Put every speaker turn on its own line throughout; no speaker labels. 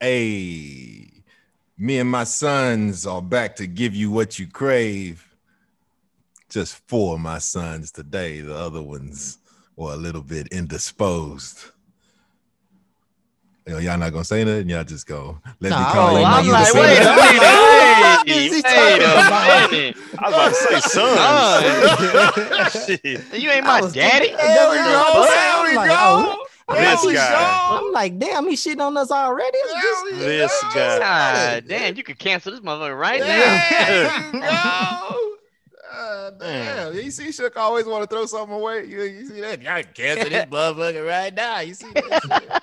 Hey, me and my sons are back to give you what you crave. Just four of my sons today. The other ones were a little bit indisposed. You know, y'all not gonna say nothing. Y'all just go. Let
No,
me call
oh,
you.
I'm
you
like,
say
wait
that.
What
Hey,
is he
wait
talking
a
about?
minute. I was about to say son. Shit.
You ain't my
I was
daddy.
thinking- There we go.
There
I'm
we
like,
go.
oh, I'm
This
like,
guy.
I'm like, damn, he's shitting on us already. It's just-
This guy.
God Ah, damn, you could cancel this motherfucker right now.
There you go. Ah, damn, you see, Shook always want to throw something away. You, you see that? Y'all cancel this motherfucker right now. You see that? shit?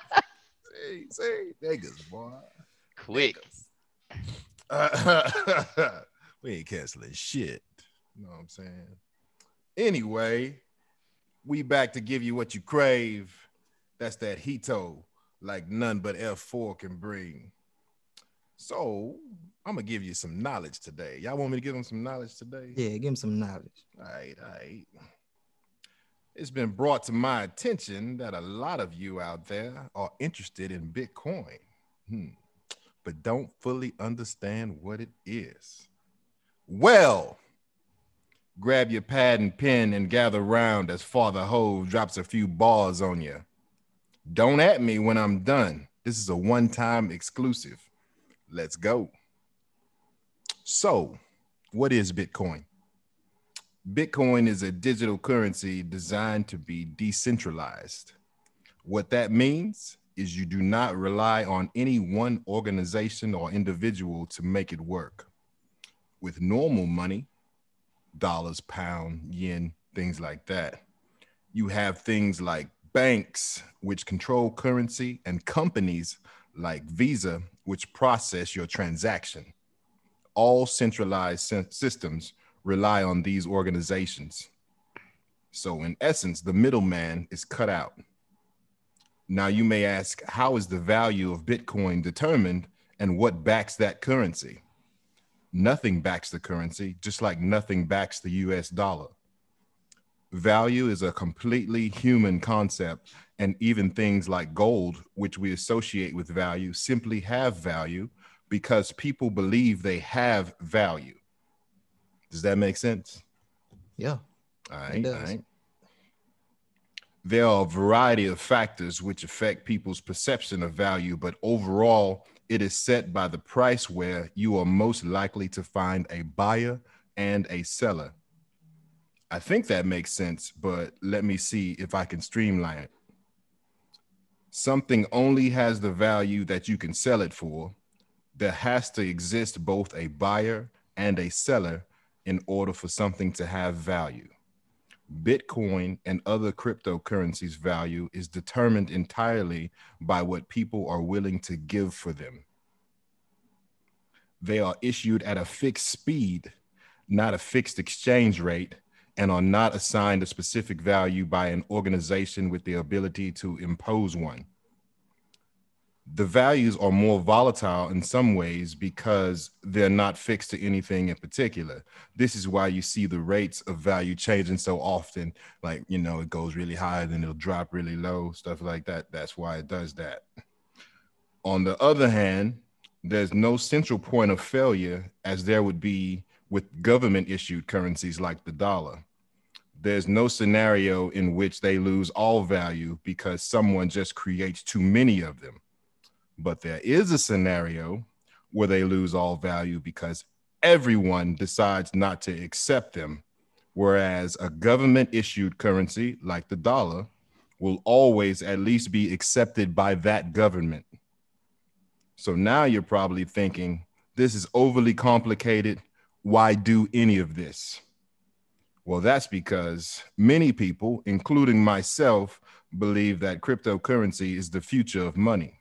see, see, niggas, boy.
Quick.
Uh, we ain't canceling shit. You know what I'm saying? Anyway, we back to give you what you crave. That's that Hito, like none but F4 can bring. So I'm gonna give you some knowledge today. Y'all want me to give them some knowledge today?
Yeah, give him some knowledge.
All right, all right. It's been brought to my attention that a lot of you out there are interested in Bitcoin, hmm, but don't fully understand what it is. Well, grab your pad and pen and gather round as Father Hove drops a few bars on you. Don't at me when I'm done. This is a one time exclusive. Let's go. So, what is Bitcoin? Bitcoin is a digital currency designed to be decentralized. What that means is you do not rely on any one organization or individual to make it work. With normal money, dollars, pound, yen, things like that, you have things like banks, which control currency, and companies like Visa, which process your transaction all centralized sy- systems rely on these organizations. So, in essence, the middleman is cut out. Now, you may ask, how is the value of Bitcoin determined and what backs that currency? Nothing backs the currency, just like nothing backs the US dollar. Value is a completely human concept, and even things like gold, which we associate with value, simply have value because people believe they have value. Does that make sense?
Yeah.
All
It
right, all
does.
right. There are a variety of factors which affect people's perception of value, but overall, it is set by the price where you are most likely to find a buyer and a seller. I think that makes sense, but let me see if I can streamline it. Something only has the value that you can sell it for. There has to exist both a buyer and a seller in order for something to have value. Bitcoin and other cryptocurrencies' value is determined entirely by what people are willing to give for them. They are issued at a fixed speed, not a fixed exchange rate, and are not assigned a specific value by an organization with the ability to impose one. The values are more volatile in some ways because they're not fixed to anything in particular this is why you see the rates of value changing so often. Like, you know, it goes really high, then it'll drop really low, stuff like that. That's why it does that. On the other hand, there's no central point of failure as there would be with government issued currencies like the dollar. There's no scenario in which they lose all value because someone just creates too many of them. But there is a scenario where they lose all value because everyone decides not to accept them, whereas a government issued currency like the dollar will always at least be accepted by that government. So now you're probably thinking, this is overly complicated. Why do any of this? Well, that's because many people, including myself, believe that cryptocurrency is the future of money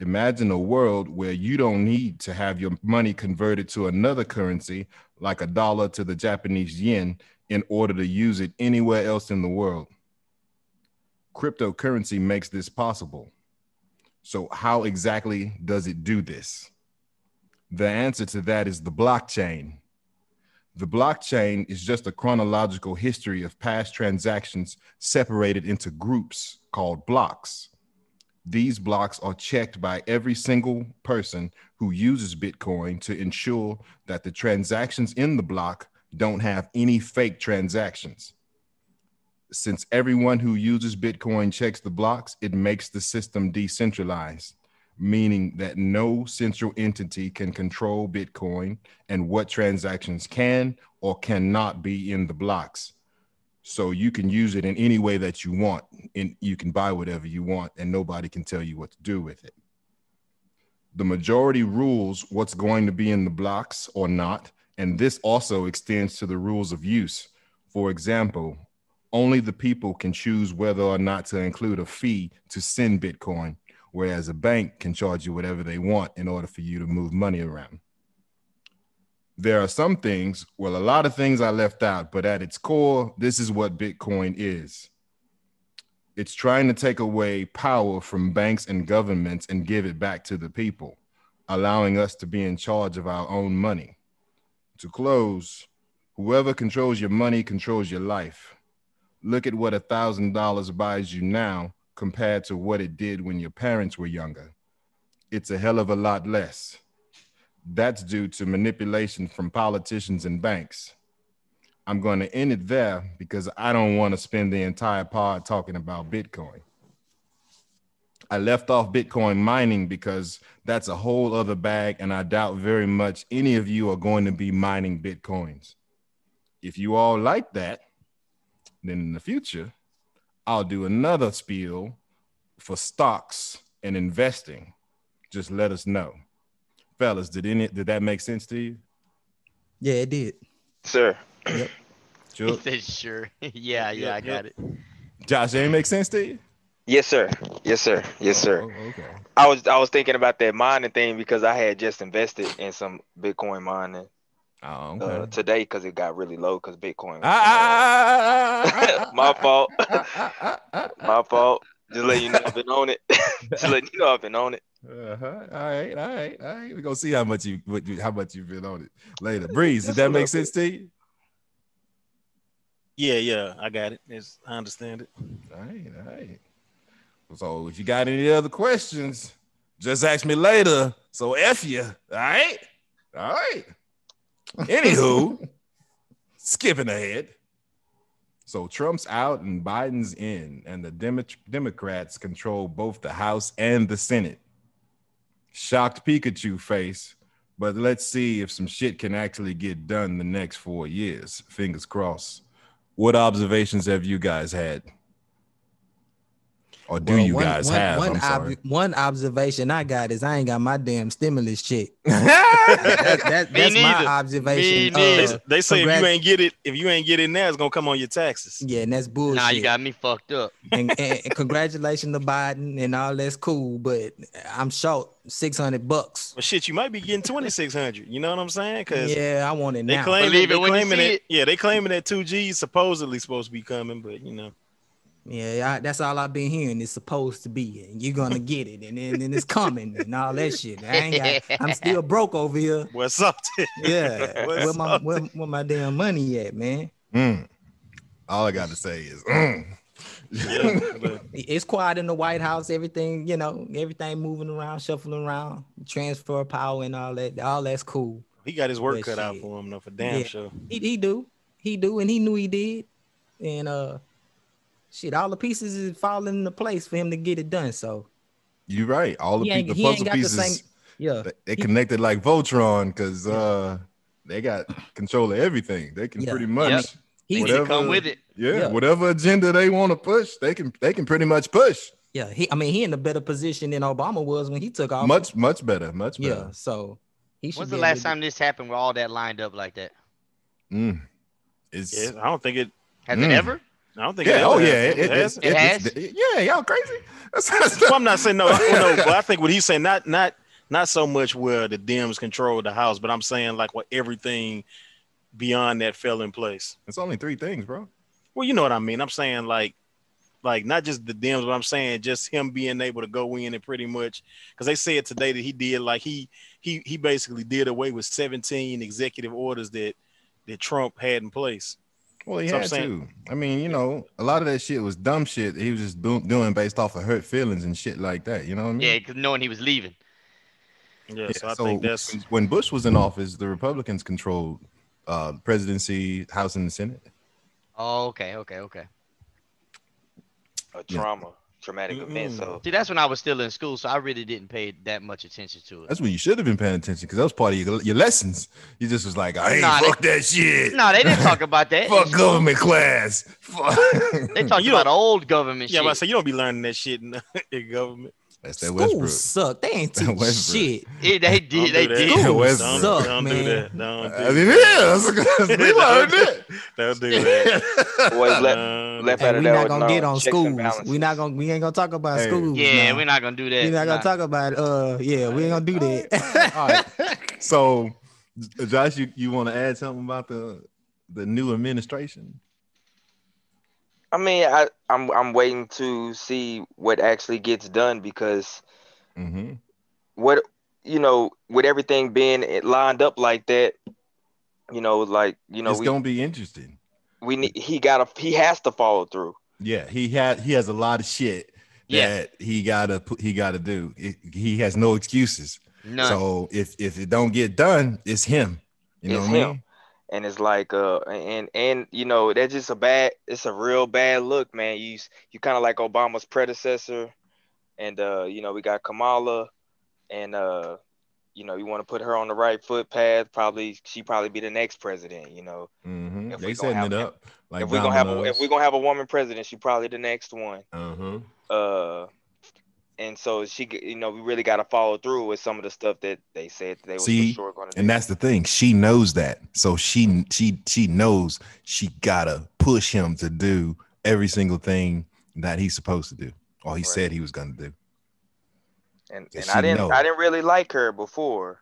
imagine a world where you don't need to have your money converted to another currency like a dollar to the Japanese yen in order to use it anywhere else in the world. Cryptocurrency makes this possible. So, how exactly does it do this? The answer to that is the blockchain. The blockchain is just a chronological history of past transactions separated into groups called blocks These blocks are checked by every single person who uses Bitcoin to ensure that the transactions in the block don't have any fake transactions. Since everyone who uses Bitcoin checks the blocks, it makes the system decentralized, meaning that no central entity can control Bitcoin and what transactions can or cannot be in the blocks. So you can use it in any way that you want, and you can buy whatever you want, and nobody can tell you what to do with it. The majority rules what's going to be in the blocks or not, and this also extends to the rules of use. For example, only the people can choose whether or not to include a fee to send Bitcoin, whereas a bank can charge you whatever they want in order for you to move money around there are some things, well, a lot of things I left out, but at its core, this is what Bitcoin is it's trying to take away power from banks and governments and give it back to the people, allowing us to be in charge of our own money. To close, whoever controls your money controls your life. Look at what $1,000 buys you now compared to what it did when your parents were younger. It's a hell of a lot less. That's due to manipulation from politicians and banks. I'm going to end it there because I don't want to spend the entire pod talking about Bitcoin. I left off Bitcoin mining because that's a whole other bag, and I doubt very much any of you are going to be mining Bitcoins. If you all like that, then in the future, I'll do another spiel for stocks and investing. Just let us know fellas, did any did that make sense to you?
Yeah, it did.
Sir.
He
Sure.
said, sure. yeah, yeah, I
Yep, yep.
got it.
Josh, that make sense to you?
Yes, sir. Yes, sir. Yes, sir.
Oh, okay.
I was I was thinking about that mining thing because I had just invested in some Bitcoin mining
Oh,
uh,
okay.
today because it got really low because Bitcoin. was-
Ah, ah, ah, ah, ah, ah,
Uh, My fault.
ah, ah, ah, ah, ah.
My fault. Just letting you know I've been on it. Just letting you know I've been on it.
Uh-huh. All right, all right, all right. We're gonna see how much you what you- how much you've been on it later. Breeze, did
Just
that
a
make
little
sense to you?
Yeah, yeah, I got it. It's, I understand it.
All right, all right. So if you got any other questions, just ask me later. So F you. All right. All right. Anywho, skipping ahead. So Trump's out and Biden's in, and the Demo- Democrats control both the House and the Senate. Shocked Pikachu face, but let's see if some shit can actually get done the next four years. Fingers crossed. What observations have you guys had? Or do
Well,
you
one-
guys
one-
have?
one,
I'm sorry.
ob- one observation I got is I ain't got my damn stimulus check.
yeah, Mm.
That, that,
Me
that's my
neither.
observation.
Me neither.
They, they say if
congrats-
you ain't get it, if you ain't get it now, it's gonna come on your taxes.
yeah, and that's bullshit.
Nah, you got me fucked up.
and, and, and congratulations to Biden and all that's cool, but I'm short six hundred bucks.
But shit, you might be getting twenty six hundred. You know what I'm saying? Because
Yeah, I want it
they
now.
claim
Believe
they
it when you
claiming
see
that,
it.
Yeah, they claiming that two G is supposedly supposed to be coming, but you know,
yeah, I, that's all I've been hearing. It's supposed to be, and you're gonna get it, and then and it's coming, and all that shit. I ain't got, I'm still broke over here.
what's up? to-
Yeah,
What's
where my
up?
where, where my damn money at, man?
Mm. All I got to say is, mm.
yeah, but
It's quiet in the White House. Everything, you know, everything moving around, shuffling around, transfer of power, and all that. All that's cool.
he got his work
But
cut out
shit.
for him though, for damn
Yeah.
sure.
He he do, he do, and he knew he did, and uh, shit, all the pieces is falling into place for him to get it done. So
you're right. All the,
He
pe-
ain't-
the
he ain't
puzzle
got the
pieces,
same- yeah,
they- they
he-
connected like Voltron because uh, they got control of everything. They can
Yeah.
pretty much,
Yep.
he
Whatever.
Come with it.
yeah,
Yeah.
whatever agenda they want to push, they can they can pretty much push.
yeah, he. I mean, he in a better position than Obama was when he took off.
Much much better, much
yeah.
better.
So he should. be
When's the
able
last
to-
time this happened where all that lined up like that?
Mm. It's
Yeah, I don't think it.
Has
Mm.
it ever?
I don't think.
yeah,
it
oh
ever
yeah,
happened.
it, it,
It
it's-
hasn't.
It
it's-
has?
it- yeah, y'all crazy. That's,
Well, I'm not saying no, oh, no, but I think what he's saying not not not so much where the Dems control the house, but I'm saying like where everything beyond that fell in place.
it's only three things, bro.
Well, you know what I mean. I'm saying like like not just the Dems, but I'm saying just him being able to go in and pretty much because they said today that he did like he he he basically did away with 17 executive orders that that Trump had in place.
Well, he
So I'm
had
saying-
to. I mean, you know, a lot of that shit was dumb shit. He was just do- doing based off of hurt feelings and shit like that. You know what I mean?
Yeah, because knowing he was leaving.
Yeah,
Yeah,
so I think that's
when- when Bush was in office, the Republicans controlled uh, presidency, House, and the Senate.
Oh, okay, okay, okay.
A
Yeah.
trauma, traumatic event.
Mm-mm.
So
See, that's when I was still in school, so I really didn't pay that much attention to it.
That's when you should have been paying attention because that was part of your, your lessons. You just was like, I ain't
Nah, they-
fuck that shit.
No, they didn't talk about that.
fuck government class. Fuck.
They talked
You
about old government
yeah.
shit.
But I say you don't be learning that shit in, in government.
That's that
School
Westbrook.
suck. They ain't teach
Westbrook.
shit.
Yeah, they
Don't
did. They
do that.
did.
School
Don't,
suck,
don't
man.
do that. Don't do
I mean, it
that.
is. we learned it.
Don't do that.
boys left
Hey,
Don't do
left out
we
of there
not
with
gonna
no
get on
checks and
schools.
balances.
We not gonna. We ain't gonna talk about
Hey.
schools.
Yeah,
nah.
we're not gonna do that.
We're not
Nah.
gonna talk about. Uh, yeah, we ain't gonna do that.
All right. So, Josh, you, you want to add something about the the new administration?
I mean, I I'm I'm waiting to see what actually gets done because
Mm-hmm.
what you know with everything being it lined up like that, you know, like you know
it's
we
gonna be interesting.
we need, he got to he has to follow through.
Yeah, he had he has a lot of shit
Yeah.
that he gotta put he gotta do. It- he has no excuses.
None.
So if if it don't get done, it's him. You know
It's
what I
him.
mean?
and it's like uh and and you know that's just a bad it's a real bad look man you s- you kind of like obama's predecessor and uh you know we got kamala and uh you know you want to put her on the right foot path probably she probably be the next president you know
Mhm.
If
They
we gonna
setting
have-
it up like
if we're gonna have a,
dominoes.
if we're gonna have a woman president she probably the next one
Uh-huh.
uh and so she g- you know we really got to follow through with some of the stuff that they said they was
See,
for sure gonna do
And that's the thing. She knows that. So she she she knows she gotta push him to do every single thing that he's supposed to do or he
Right.
said he was gonna do.
and,
Yeah,
and
she
I didn't
know.
I didn't really like her before,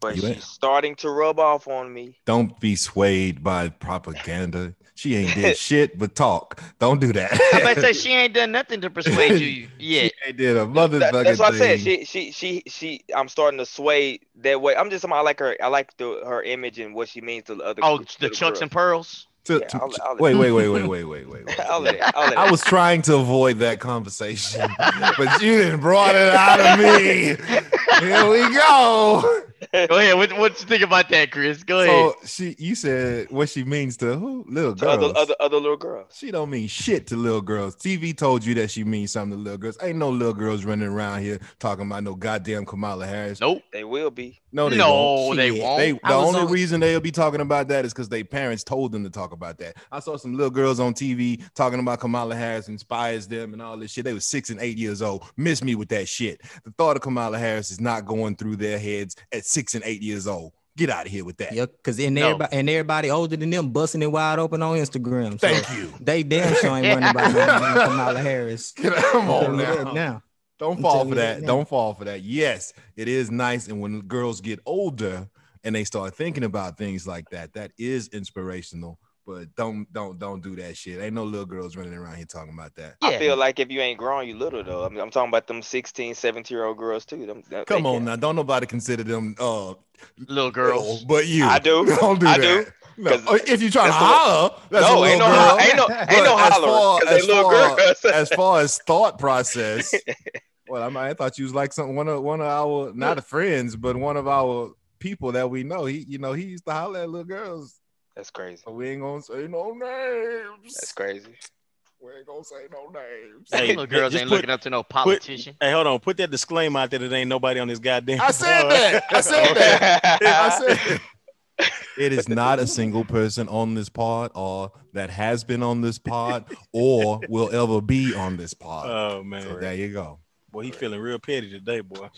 but
You
she's
ain't.
starting to rub off on me.
Don't be swayed by propaganda. She ain't did shit but talk. Don't do that.
I about to say she ain't done nothing to persuade you yet.
She ain't did a
That-
motherfucking
that's what I said.
thing.
She she she she. I'm starting to sway that way. I'm just I like her. I like the her image and what she means to the other.
Oh,
to
the
girls.
Chucks and Pearls.
To-
yeah,
to-
I'll- I'll-
wait, wait, wait, wait, wait, wait, wait. wait.
I'll let it. I'll let it.
I was trying to avoid that conversation, but you didn't brought it out of me. Here we go.
Go ahead. What, what you think about that, Chris? Go ahead.
So she, you said what she means to who? Little
to other
girls.
other other little girls.
She don't mean shit to little girls. TV told you that she means something to little girls. Ain't no little girls running around here talking about no goddamn Kamala Harris.
Nope.
They will be.
No, they won't.
No, they
Shit.
won't.
They, the
I was
only
on-
reason they'll be talking about that is because their parents told them to talk about that. I saw some little girls on TV talking about Kamala Harris inspires them and all this shit. They were six and eight years old. Miss me with that shit. The thought of Kamala Harris is not going through their heads at six and eight years old. Get out of here with that.
yeah, cause and
No.
everybody and everybody older than them busting it wide open on Instagram. So
Thank you.
They damn sure ain't running by no damn Kamala Harris.
Come on
Look
now.
now.
Don't
I'm
fall
telling
for
you
that.
right now.
Don't fall for that. Yes, it is nice. And when girls get older and they start thinking about things like that, that is inspirational. But don't don't don't do that shit. Ain't no little girls running around here talking about that.
yeah.
I feel like if you ain't grown, you little though. I mean, I'm talking about them 16, 17 year old girls too. Them, they
Come on
can't-
now, don't nobody consider them uh
little
girls
girls.
but you.
I do.
Don't do
I
that.
do.
No.
'Cause
Oh, If you try to
that's the way-
holler, that's a
no,
little
ain't no,
girl.
ho- ain't no, ain't no
But as far-
hollering
as
because they little
far-
girls.
as far as thought process, well, I, might I thought you was like some one of one of our not friends, but one of our people that we know. He, you know, he used to holler at little girls.
That's crazy.
So we ain't gonna say no names.
That's crazy.
We ain't gonna say no names.
Hey,
little girls
just
ain't
put-
looking up to no politician.
Hey, hold on. Put that disclaimer out there that ain't nobody on this goddamn.
I said
pod.
that. I said that.
I
I said- it is not a single person on this pod or that has been on this pod or will ever be on this pod.
Oh
so
man,
there you go.
boy, he feeling real petty today, boy.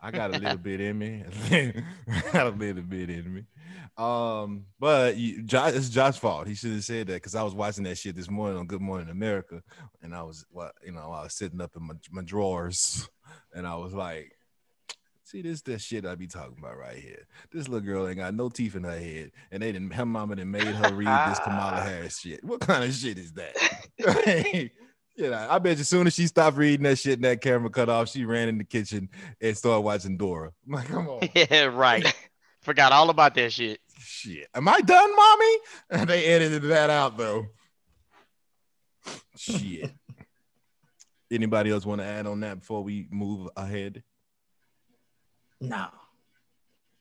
I got a little bit in me. I got a little bit in me. Um, but you, Josh, it's Josh's fault. He should have said that because I was watching that shit this morning on Good Morning America, and I was, well, you know, I was sitting up in my, my drawers, and I was like, "See this, this shit I be talking about right here. This little girl ain't got no teeth in her head, and they didn't. Her mama done made her read this Kamala Harris shit. What kind of shit is that?" You know, I bet you soon as she stopped reading that shit and that camera cut off, she ran in the kitchen and started watching Dora. I'm like, come on.
yeah, right. Forgot all about that shit.
Shit. Am I done, mommy? And they edited that out though. Shit. Anybody else want to add on that before we move ahead?
No.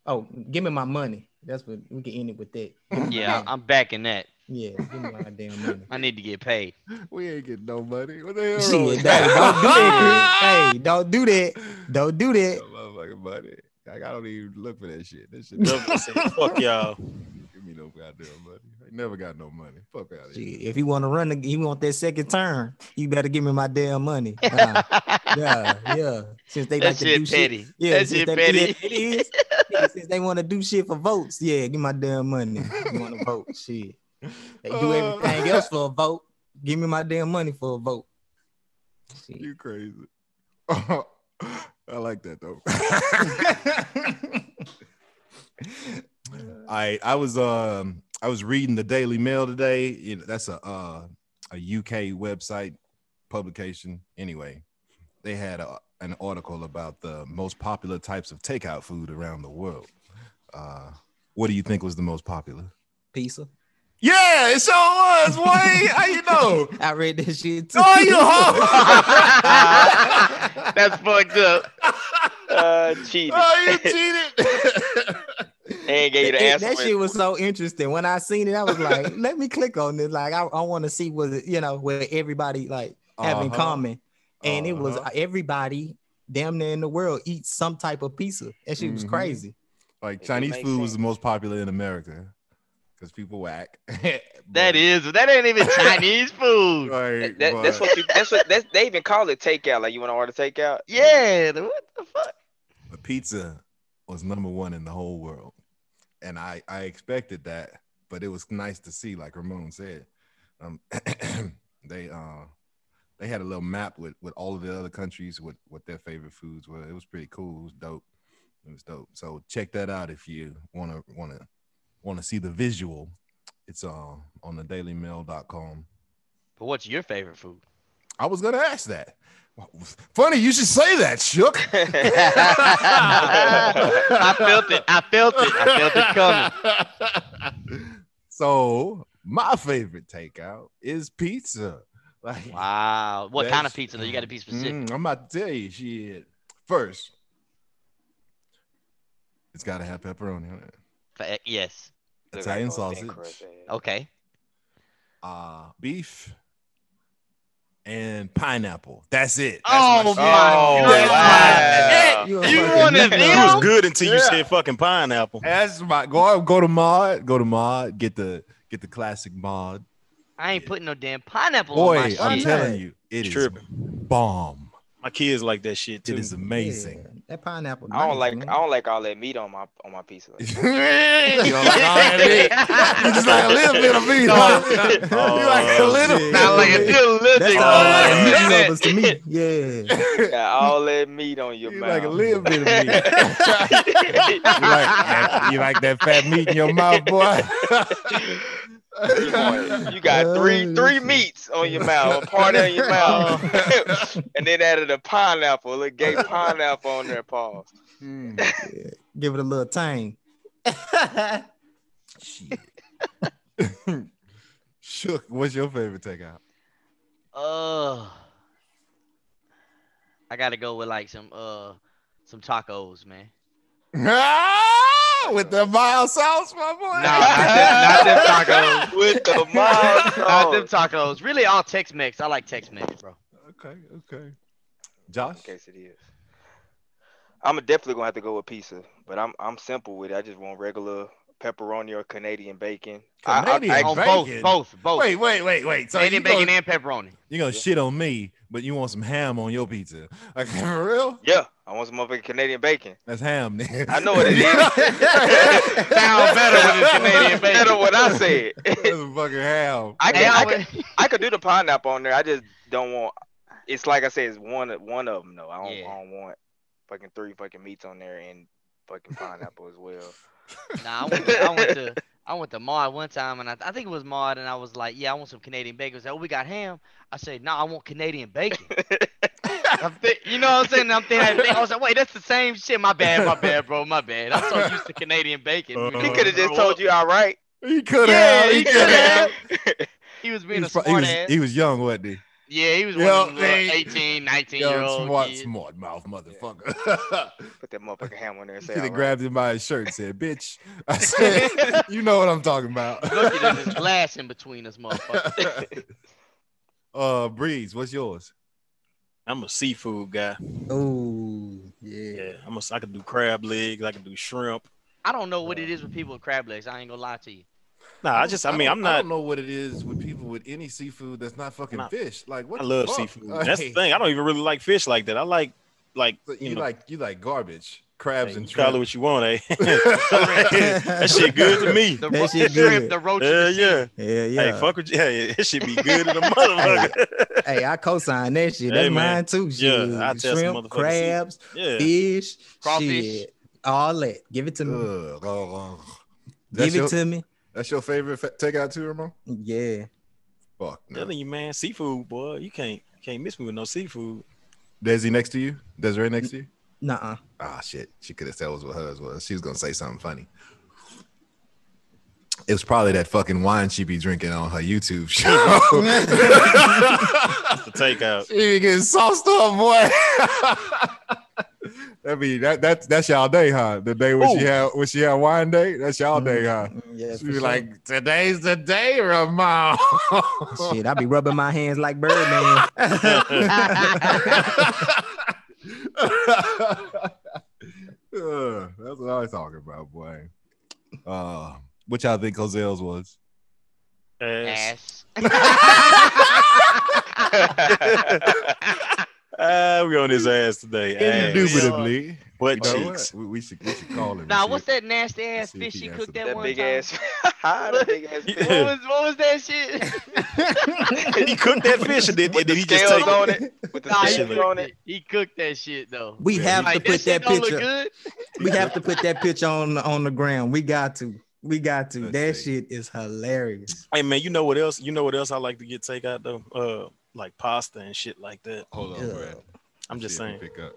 Oh, give me my money. That's what we can end it with that.
Yeah, I- I'm backing that.
Yeah, give me my damn money.
I need to get paid.
We ain't getting no money. What the hell?
Shit,
wrong
don't,
with that?
don't do that. Chris. Hey, don't do that. Don't do that.
No motherfucking money. Like, I don't even look for that shit. That shit
I said, Fuck y'all.
give me no goddamn money. I ain't never got no money. Fuck out of here.
Shit, if you want to run, the, you want that second turn. You better give me my damn money. Nah, yeah, yeah. Since they
that
like to do
shit
shit.
petty.
Yeah,
that
since
shit
they-
petty.
yeah, it is. Yeah, since they want to do shit for votes, yeah, give my damn money. You want to vote? Shit, they do
Uh.
everything else for a vote. Give me my damn money for a vote. Shit.
You crazy. I like that though. I I was um I was reading the Daily Mail today. You know, that's a uh a UK website publication. Anyway, they had a, an article about the most popular types of takeout food around the world. Uh, what do you think was the most popular?
Pizza.
Yeah, it sure was. Wayne, how you know?
I read that shit too.
Oh, you hoe!
That's fucked up.
Uh, cheated.
Oh, you cheated!
and gave you the
It-
answer.
that shit was so interesting. When I seen it, I was like, "Let me click on this. Like, I, I want to see what it, you know, where everybody like have in
Uh-huh.
common." And it was
Uh-huh.
everybody, damn near in the world, eats some type of pizza. That shit was
Mhm.
crazy.
like
It
Chinese
makes
food was
sense.
the most popular in America because people whack.
That is. That ain't even Chinese food.
Like,
That, that- that's
but-
what you, that's what that's, they even call it takeout. Like you want to order takeout?
Yeah. the- What the fuck?
but pizza was number one in the whole world, and I I expected that, but it was nice to see, like Ramon said, um, they uh they had a little map with with all of the other countries what what their favorite foods were. It was pretty cool. It was dope. It was dope. So check that out if you wanna wanna wanna see the visual. It's uh, on the dailymail.com.
But what's your favorite food?
I was gonna ask that. Funny, you should say that, Shook.
I felt it. I felt it. I felt it coming.
So my favorite takeout is pizza. Like
Wow. What
That's-
kind of pizza though? You got to be specific.
mm, I'm about to tell you, shit. First, it's gotta have pepperoni on it.
Fa- Yes.
Look,
Italian
I know it's
sausage,
incorrect, yeah.
Okay.
uh, beef, and pineapple. That's it. That's
Oh my
shit.
Oh,
god.
wow.
You,
You
fucking
wanted
nut.
It
them?
was good until you
Yeah.
said fucking pineapple.
That's my go. out- Go to mod. Go to mod. Get the get the classic mod.
I ain't putting no damn pineapple
Boy,
on my
I'm
shit.
Why not?
telling you, it is
Tripping.
bomb.
My kids like that shit too. Oh,
It is amazing.
Yeah, that pineapple.
I don't
nice,
like
man.
I don't like all that meat on my on my pizza.
you don't like all that meat? You just like a little bit of meat. huh?
Oh,
you like a little.
shit.
Sound like a little
That's
thing.
all like
Oh,
meat lovers to me. Yeah.
You got all that meat on your
You
mouth.
like a little bit of meat. you, like that, you like that fat meat in your mouth, boy.
Boy, you got three three meats on your mouth, a part on your mouth, and then added a pineapple, a gay pineapple on there, Paul.
Mm.
Give it a little tang.
Shit. Shook, what's your favorite takeout?
Uh, I gotta go with like some uh some tacos, man.
Ah, With the mild sauce, my boy.
No, not them, not them tacos.
With the
Not Uh, them
mom.
tacos. Really, all Tex-Mex. I like Tex-Mex, bro.
Okay, okay. Josh,
In case it is. I'm definitely gonna have to go with pizza, but I'm I'm simple with it. I just want regular pepperoni or Canadian bacon. I- I-
Canadian
I,
On
Bacon.
both, both, both.
wait, wait, wait, wait. So
Canadian
you gonna,
bacon and pepperoni.
you gonna shit on me, but you want some ham on your pizza? Like for real?
yeah, I want some motherfucking Canadian bacon.
That's ham. Then.
I know what it is.
Sound better when it's Canadian bacon.
Better what I said.
That's a fucking ham.
I
Hey,
can, I,
I
can, I could do the pineapple on there. I just don't want. It's like I said, it's one one of them though. I don't,
Yeah.
I don't want fucking three fucking meats on there and fucking pineapple as well.
would- Nah, I went, to, I went to I went to Maud one time, and I, I think it was Maud, and I was like, "Yeah, I want some Canadian bacon." They said, "Oh, we got ham." I said, "No, I want Canadian bacon." I'm thi- you know what I'm saying? I'm thinking, I, think, I was like, wait, that's the same shit. My bad, my bad, bro, my bad. I'm so used to Canadian bacon.
Uh-huh.
He could have just told you, all right.
He could
Yeah,
have.
he
coulda.
could have. He was
He
being
was,
a
pro-
smart
he, was,
ass.
he was young, wasn't he?
yeah, he was
Yo,
one of those
man.
little 18, 19
Young,
year old
smart,
kids.
smart mouth motherfucker.
Put that motherfucking hammer in there and
He
say,
could have
"All right."
grabbed him by his shirt and said, bitch. I said, you know what I'm talking about.
Look at this glass in between us, motherfucker.
uh, Breeze, what's yours?
I'm a seafood guy.
Oh, yeah.
Yeah, I'm a, I could do crab legs. I could do shrimp.
I don't know what it is with people with crab legs. I ain't gonna lie to you.
Nah, I just, I mean,
don't-
I'm
I
not.
don't know what it is with people with any seafood that's not fucking
Nah.
fish. Like what?
I
the
love
fuck?
seafood.
Like,
That's the thing. I don't even really like fish like that. I like, like,
so
you,
You
know,
like you like garbage, crabs
hey,
and
you call it
shrimp.
what you want, eh? that shit good to me.
The
That
ro-
shit
shrimp,
good.
the roach.
Yeah, yeah.
Yeah, yeah.
Hey, fuck with you. Hey, it should be good in the motherfucker.
Hey, I co-sign that shit.
Hey,
That's
man.
mine too. Shit.
Yeah, I tell some
Shrimp,
motherfuckers.
crabs,
yeah.
fish,
Crawfish.
shit, all that. Give it to me.
Ugh, ugh, ugh.
Give
That's
it
your,
to me.
that's your favorite fa- takeout too, Ramon?
Yeah.
Fuck. No.
Telling you, man, seafood, boy. You can't, can't miss me with no seafood.
Desi next to you? Desiree
Mm.
next to you?
Nuh-uh.
Ah, shit. She could have told us what hers was. She was gonna say something funny. It was probably that fucking wine she be drinking on her YouTube show.
The takeout.
She be getting sauced up, boy. I mean, that that's that's y'all day, huh? The day when she
Ooh.
had when she had wine day, that's y'all day, huh?
Mm, Yeah,
She
for
be
sure.
like, today's the day, Ramon.
shit, I be rubbing my hands like Birdman.
Uh, Ugh, that's what I was talking about, boy. Uh, which I think Cozelle's was.
Ass.
Ass.
Ah, we on his ass today. Ass.
Indubitably.
Butt
You know
cheeks.
what? We, we should we should call it.
Nah, what's that nasty ass
see if
fish
he
she
has
cooked
some-
that,
That
one
big
time?
ass, that big ass.
Yeah.
fish.
What was, what was that shit?
he cooked that fish and did,
With
did
the
he just
scales
take
on it, with the
Nah, he,
Shit
scales
look
on
cooked
it.
it. he cooked that shit though.
we have to
Like,
put
shit
that
don't look
picture.
good.
We have to put that picture on on the ground. We got to. We got to.
Let's
that
see.
shit is hilarious.
Hey man, you know what else? You know what else I like to get takeout though? Uh, like pasta and shit like that.
Hold on,
Yeah.
Brad.
I'm just
See if
saying.
we Pick up.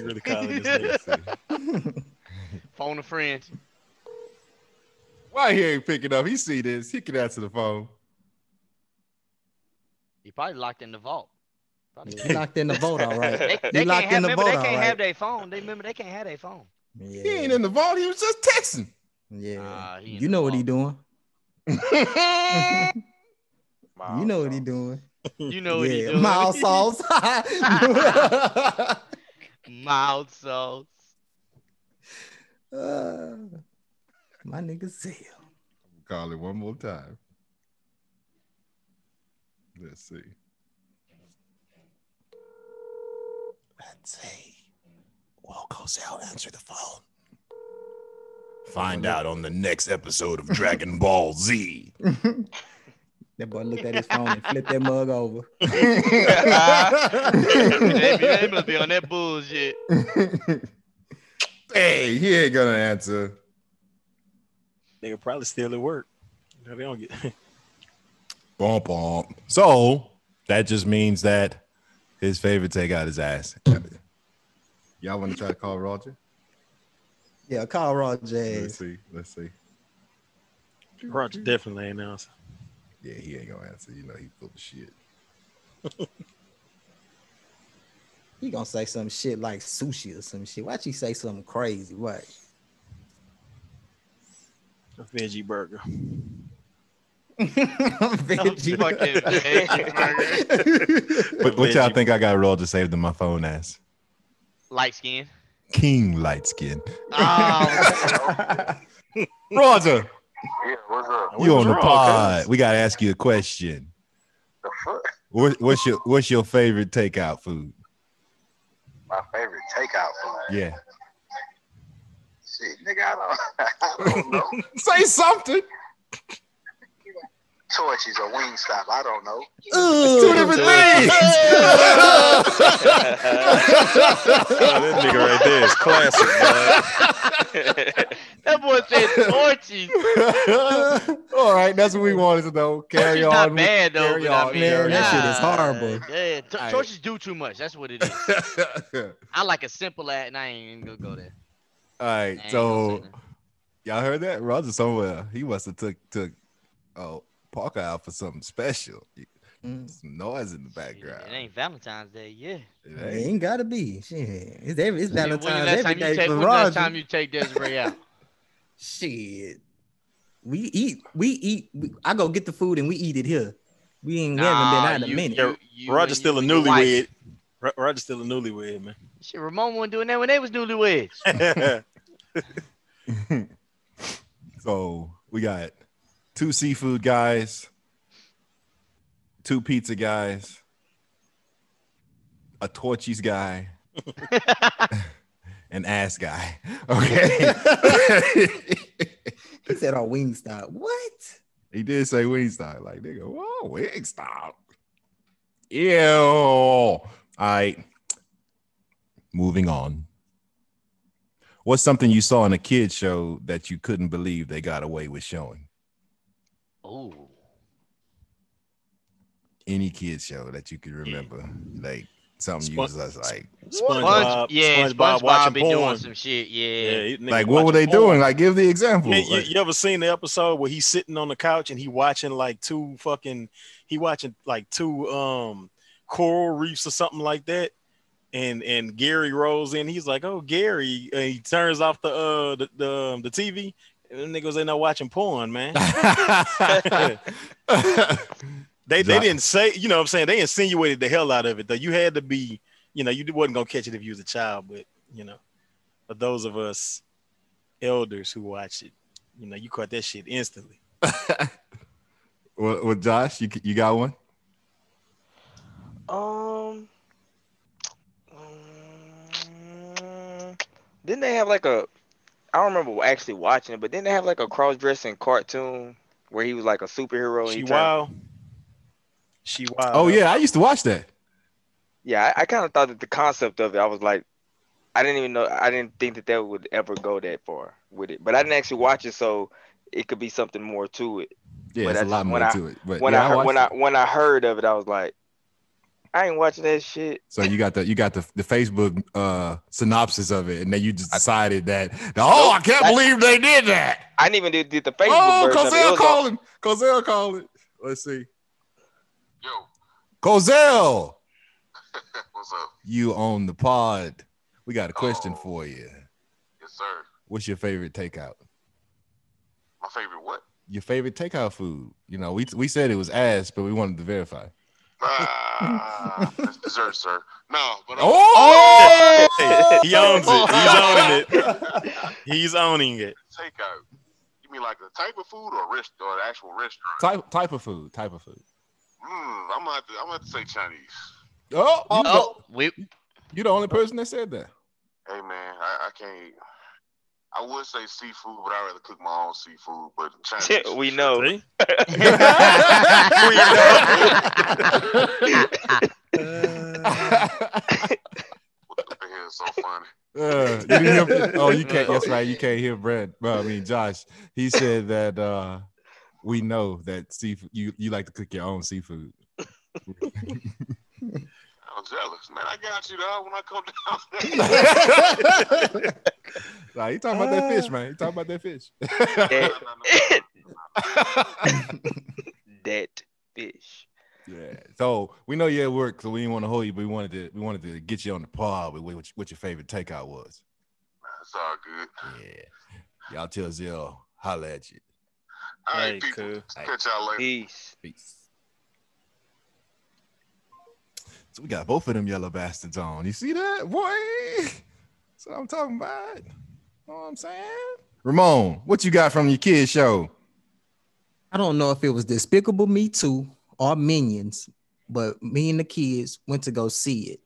really calling this nigga.
Let's see.
Phone a friend.
Why he ain't picking up? He see this. He can answer the phone.
He probably locked in the vault. Probably-
You locked in the vote, all right.
They, they
locked
can't
in
have,
the
remember,
vote,
they can't
all right.
have their phone. They remember they can't have their phone.
He ain't
Yeah.
in the vault. He was just texting.
yeah.
Nah, he in
you
the
know what he
vault.
doing.
Oh,
You know what he doing.
You know what he
yeah.
doing.
Mild sauce. Uh,
Mild sauce.
my nigga Zell.
Call it one more time. Let's see.
I'd say, well, Cosell answer the phone.
Find out on the next episode of Dragon Ball Z.
That boy looked at his phone and flipped that mug over.
they, be- they must be on that bullshit.
hey, he ain't gonna answer.
Nigga probably still at work. You know, they don't get.
Bum, bum. So that just means that his favorite takeout is ass. Y'all want to try to call Roger?
Yeah, call Roger.
Let's
ass.
see. Let's see.
Roger definitely ain't answer.
Yeah, he ain't gonna answer. You know he full of shit.
He gonna say some shit like sushi or some shit. Why'd she say something crazy? What?
A veggie burger.
Veggie.
Fucking veggie burger.
What, what y'all think I got Roger saved in my phone as?
Light skin.
King light skin.
Oh,
Roger,
Yeah, what's up?
you on the
wrong,
pod. We gotta ask you a question.
The fuck?
What, what's your what's your favorite takeout food?
My favorite takeout food.
Yeah.
Shit, nigga, I don't, I don't know.
Say something.
Torches or wing stop, I don't know.
Two different things.
Oh, that nigga right there is classic,
that boy said torchy.
All right, that's what we wanted to know. Carry
Torchy's
on.
not bad though.
carry
But I
on,
mean,
man,
that shit is
nah,
horrible.
Yeah, t-
Aight.
torches do too much. That's what it is. I like a simple ad, and I ain't even gonna go there.
All
I
right,
ain't gonna
so
say that.
y'all heard that Roger somewhere. He must have took took oh Parker out for something special.
Mm.
Some noise in the
Shit, it
background.
ain't Valentine's Day, yeah.
It
It
ain't.
ain't gotta be. Shit. It's, every, it's
Shit,
Valentine's
When the last
every
time you
day
take
for
when the last
Roger.
time you take Desiree out?
Shit. We eat. We eat. we- I go get the food and we eat it here. We ain't
Nah,
haven't been out a
you-
minute.
you- you and
Roger's still a
you and your wife.
newlywed. Ro- Roger's still a newlywed, man.
Shit, Ramon wasn't doing that when they was newlyweds.
So we got two seafood guys, two pizza guys, a torchies guy, an ass guy. Okay.
He said, "Oh, Wingstop." What?
he did say Wingstop. Like, nigga, whoa, Wingstop. Ew. All right. Moving on. What's something you saw in a kid show that you couldn't believe they got away with showing?
Oh,
any kid show that you could remember, like something you
Spon-
was just like,
SpongeBob,
yeah,
SpongeBob,
SpongeBob,
watching
be
porn.
doing some shit, yeah.
he- nigga
like what were
watching
they
porn.
doing? Like, give the example.
Yeah, you,
Like,
you ever seen the episode where he's sitting on the couch and he watching like two fucking he watching like two um coral reefs or something like that, and and Gary rolls in. He's like, "Oh, Gary," and he turns off the uh the the, um, the TV, and them niggas ain't not watching porn, man. They they
Right.
didn't say you know what I'm saying they insinuated the hell out of it though. You had to be you know you wasn't gonna catch it if you was a child, but you know, for those of us elders who watch it, you know you caught that shit instantly.
well, well, Josh, you you got one?
Um, mm, didn't they have like a? I don't remember actually watching it, but didn't they have like a cross-dressing cartoon where he was like a superhero? And
She
he tried,
wild. She wild.
Oh yeah, I used to watch that.
yeah, I, I kind of thought that the concept of it, I was like, I didn't even know, I didn't think that that would ever go that far with it, but I didn't actually watch it, so it could be something more to it.
Yeah,
But
there's a
that's
lot more
when I-
to it. But
When
yeah,
I,
I
heard-
watched
when I
it.
when I heard of it, I was like, I ain't watching that shit.
so you got the you got the, the Facebook uh synopsis of it, and then you just decided that oh, I can't
I-
believe they did that.
I didn't even do, did the Facebook
Oh,
version. of it. It
Cozell
was on-
calling, Cozell calling. Let's see,
Yo,
Cozell.
what's up?
you on the pod. We got a question
Oh.
for you.
Yes, sir.
What's your favorite takeout?
My favorite what?
Your favorite takeout food? You know, we we said it was ass, but we wanted to verify.
Ah, that's dessert, sir. No, but uh,
Oh,
Hey, he owns it. He's owning it. He's owning it.
takeout. uh, You mean like the type of food or rest or the actual restaurant?
type type of food, type of food.
Mm, I'm gonna have to, I'm gonna have to say Chinese.
Oh, you
Oh, we
the- you the only person that said that.
Hey man, I, I can't. I would say seafood, but I'd rather cook my own seafood. But Chinese.
we know.
See?
What the hell is so funny?
Uh, you didn't hear- oh, you can't. That's right. You can't hear Brad. Well, I mean, Josh. He said that uh, we know that seafood. You you like to cook your own seafood.
I'm jealous, man. I got you, dog. When I come down,
Nah, you talking about that fish, man. You talking about that fish.
No,
that,
no, no.
that fish.
Yeah. So we know you're at work, so we didn't want to hold you, but we wanted to we wanted to get you on the pod with what, what your favorite takeout was.
it's all good.
Yeah. Y'all tell Zill, holla at you.
All right,
Hey,
people.
cool.
Catch y'all later.
Peace.
Peace. So we got both of them yellow bastards on. You see that, boy? That's what I'm talking about. Know what I'm saying? Ramon, what you got from your kid show?
I don't know if it was Despicable Me Too or Minions, but me and the kids went to go see it,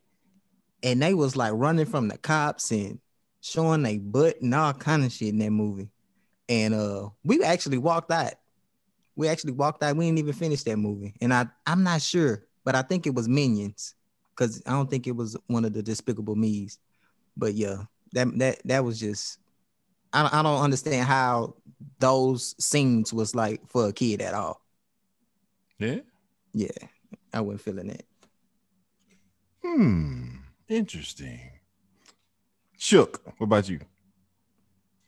and they was like running from the cops and showing they butt and all kind of shit in that movie. And uh, we actually walked out. We actually walked out. We didn't even finish that movie, and I I'm not sure, but I think it was Minions because I don't think it was one of the Despicable Me's. But yeah, that that that was just I don't, I don't understand how those scenes was like for a kid at all.
Yeah.
Yeah, I wasn't feeling it.
Hmm. Interesting. Shook. What about you?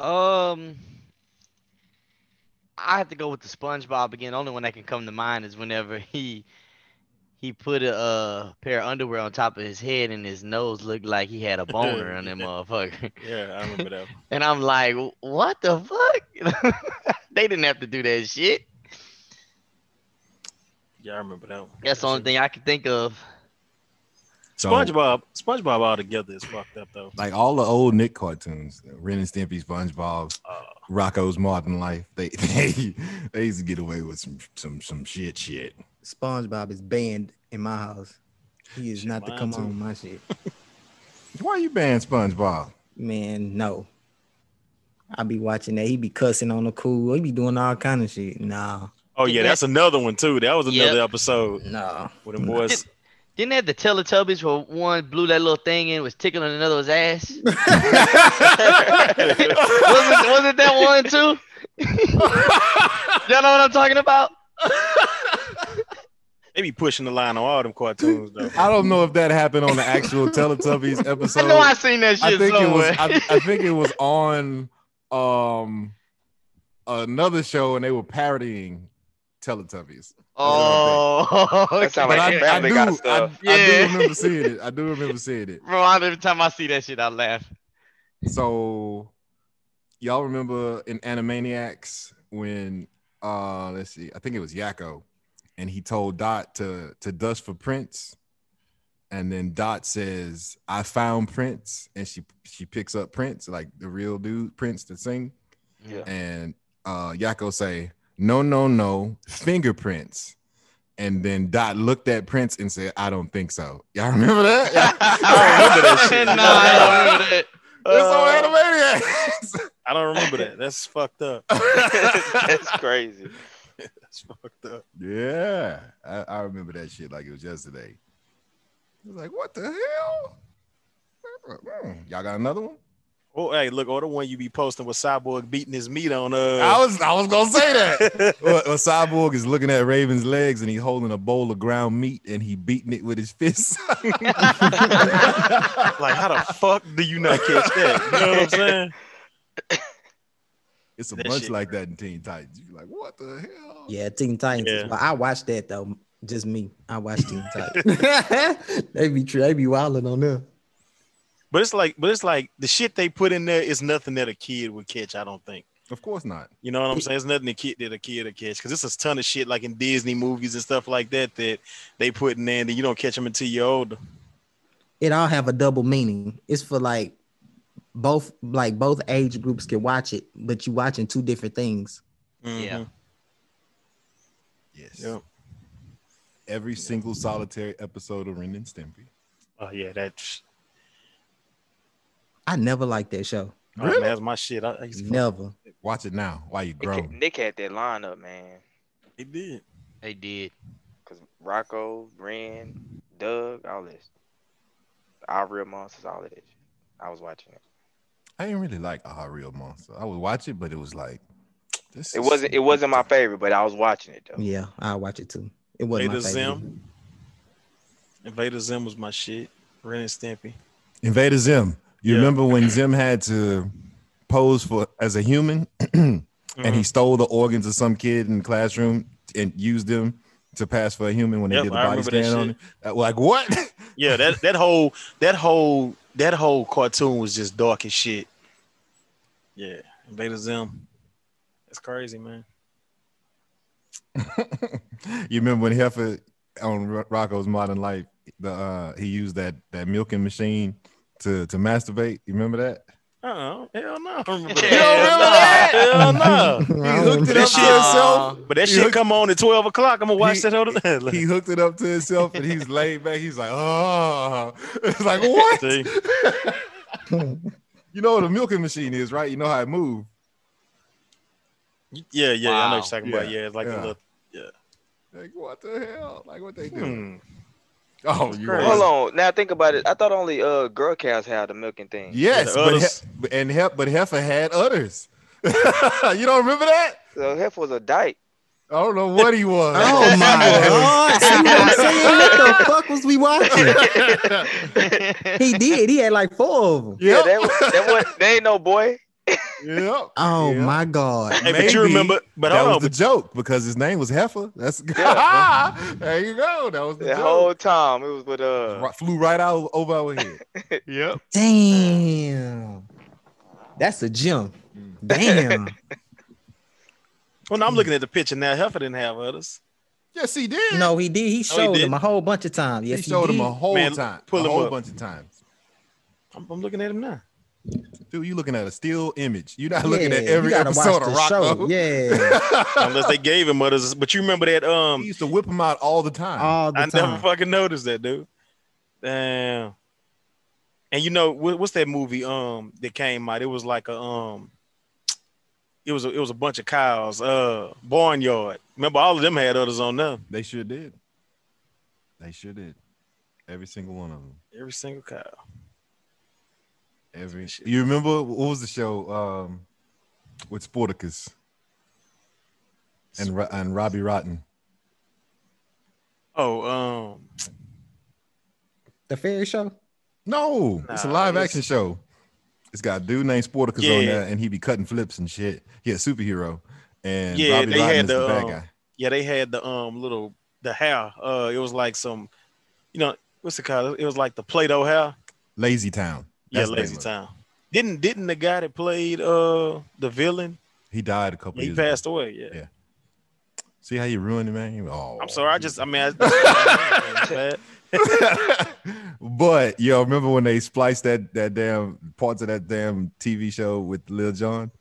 Um, I have to go with the SpongeBob again. The only one that can come to mind is whenever he he put a uh, pair of underwear on top of his head and his nose looked like he had a boner on that motherfucker.
Yeah, I remember that. one.
And I'm like, what the fuck? they didn't have to do that shit.
Yeah, I remember that. One.
That's the only thing I can think of.
So,
SpongeBob, SpongeBob all together is fucked up though.
Like all the old Nick cartoons, Ren and Stimpy, SpongeBob,
Uh,
Rocco's Modern Life. They they they used to get away with some some some shit shit.
SpongeBob is banned in my house. He is
Shit,
not to
mine
come
too.
on my shit.
Why you ban SpongeBob?
Man, no. I be watching that. He be cussing on the cool. He be doing all kind of shit. Nah,
oh yeah, that's another one too. That was another
Yep.
episode
nah.
with them boys.
Didn't they have the Teletubbies where one blew that little thing in, was tickling another's ass? wasn't, wasn't that one too? Y'all know what I'm talking about?
They be pushing the line on all them cartoons though.
I don't know if that happened on the actual Teletubbies episode.
I know I seen that
I
shit
think it was
somewhere.
I, I think it was on um another show and they were parodying Teletubbies.
oh,
That sound
But
like
okay.
I, I
Family
do,
Guy
I,
stuff.
I do
Yeah.
remember seeing it. I do remember seeing it.
Bro, every time I see that shit, I laugh.
So y'all remember in Animaniacs when uh let's see, I think it was Yakko, and he told Dot to to dust for Prince. And then Dot says, I found Prince, and she she picks up Prince, like the real dude, Prince to sing.
Yeah.
And uh Yakko say, No, no, no, fingerprints. And then Dot looked at Prince and said, I don't think so. Y'all remember that?
nah, I don't remember that.
It's
Uh.
on Animaniacs.
I don't remember that. That's fucked up.
That's crazy.
That's fucked up.
Yeah, I, I remember that shit like it was yesterday. I was like, what the hell? Mm, Y'all got another one?
Oh, hey, look, or the one you be posting with Cyborg beating his meat on
I
uh
was I was gonna say that. well, well, Cyborg is looking at Raven's legs and he's holding a bowl of ground meat and he beating it with his fists.
like how the fuck do you not catch that? You know what I'm saying?
it's a
That
bunch
shit
like that in Teen Titans. You're like, what the hell?
Yeah, Teen Titans.
Yeah.
Well, I watched that though. Just me. I watched Teen Titans. they be tr- they be wilding on them.
But it's like, but it's like the shit they put in there is nothing that a kid would catch. I don't think.
Of course not.
You know what I'm saying? It's nothing a kid that a kid will catch because it's a ton of shit like in Disney movies and stuff like that that they put in there that you don't catch them until you're older.
It all have a double meaning. It's for like both like both age groups can watch it, but you watching two different things.
Yeah.
Mhm.
Yes.
Yeah.
Every single solitary episode of Ren and Stimpy.
Oh yeah, that's
I never liked that show.
oh, man, that's my shit. I, I used to fuck-
Never.
Watch it now while you
Nick,
grown.
Nick had that lineup, man.
It did.
They did.
Cause Rocco, Ren, Doug, all this, our real monsters, all of this. I was watching it.
I didn't really like Ah Real Monster. I would watch it, but it was like this
It
is-
wasn't. It wasn't my favorite, but I was watching it though.
Yeah, I watch it too. It wasn't
Invader
my favorite.
Zim. Invader Zim was my shit. Ren and Stimpy.
Invader Zim. You
Yeah.
remember when Zim had to pose for as a human and
Mm-hmm.
he stole the organs of some kid in the classroom and used them to pass for a human when they
Yep,
did the
I
body
remember that
scan on
shit.
him? Uh, Like what?
Yeah, that that whole that whole that whole cartoon was just dark as shit. Yeah, Invader Zim. That's crazy, man.
you remember when Heifer on Ro- Rocco's Modern Life, the uh, he used that that milking machine to to masturbate. You remember that?
Uh-uh. Hell no. I don't remember
You don't remember
that. Hell no.
He hooked it
That
up to
shit-
himself.
But that
You
shit
hooked-
come on at 12 o'clock. I'm gonna watch
He-
that whole
he hooked it up to himself and he's laid back. He's like, oh, it's like what?
See?
you know what a milking machine is, right? You know how it moves.
Yeah, yeah, I know what
Wow.
you're talking about.
Yeah,
Yeah, it's like
yeah.
a little
Like what the hell? Like what they do?
hmm.
Oh, you
crazy.
right.
Hold on. Now think about it. I thought only uh girl cows had the milking thing.
Yes,
Yeah, the
but
udders.
he- and he- but Heifer had udders. you don't remember that?
So heifer was a dyke.
I don't know what he was.
Oh my god! See what I'm saying? What the fuck was we watching? He did. He had like four of them.
Yeah,
Yep.
that was, that was they ain't no boy.
Yep.
Oh
Yeah.
my god!
Hey, but
Maybe
you remember, but
that
hold
was
on,
the
but
joke because his name was Heifer. That's
Yeah,
there you go. That was the
The
joke.
whole time it was with uh
Ri- Flew right out over our head.
yep.
Damn, that's a gem.
Mm.
Damn.
when I'm looking at the picture now, Heifer didn't have others.
yes, he did.
No, he did. He showed
Oh, did.
him a whole bunch of times.
he
Yes, he,
showed
did.
him a whole
Man,
time,
pull
a
him
whole
up.
bunch of times.
I'm, I'm looking at him now.
Dude, you looking at a still image. You're not
Yeah,
looking at
you
every
gotta watch
episode
the
of Rocko.
Yeah,
Unless they gave him others, but you remember that?
he
Um,
used to whip him out all the time.
all the
I
time.
never fucking noticed that, dude. Damn. And you know what, what's that movie? Um, that came out. It was like a um, it was a, it was a bunch of cows. Uh, barnyard. Remember, all of them had others on them.
They sure did. They sure did. Every single one of them.
Every single cow.
Every
Shit.
you remember what was the show um with Sporticus and Ro- and Robbie Rotten?
Oh, um,
the fairy show.
No, it's a
Nah,
live
it's-
action show. It's got a dude named Sporticus on
Yeah.
there, and he be cutting flips and shit. He a superhero, and
Yeah,
Robbie
they
Rotten
had
is the,
the,
bad
um,
guy.
yeah, they had the um little the hair. Uh, it was like some, you know, what's it called? It was like the Play-Doh hair.
Lazy Town.
Yeah,
That's the name
Lazy
of it.
Town. Didn't didn't the guy that played uh the villain?
He died a couple
He
years.
passed away. Yeah.
Yeah. Ago. See how you ruined it, man. Oh,
I'm sorry. I just I mean, I, that's bad.
but yo, remember when they spliced that that damn parts of that damn TV show with Lil Jon?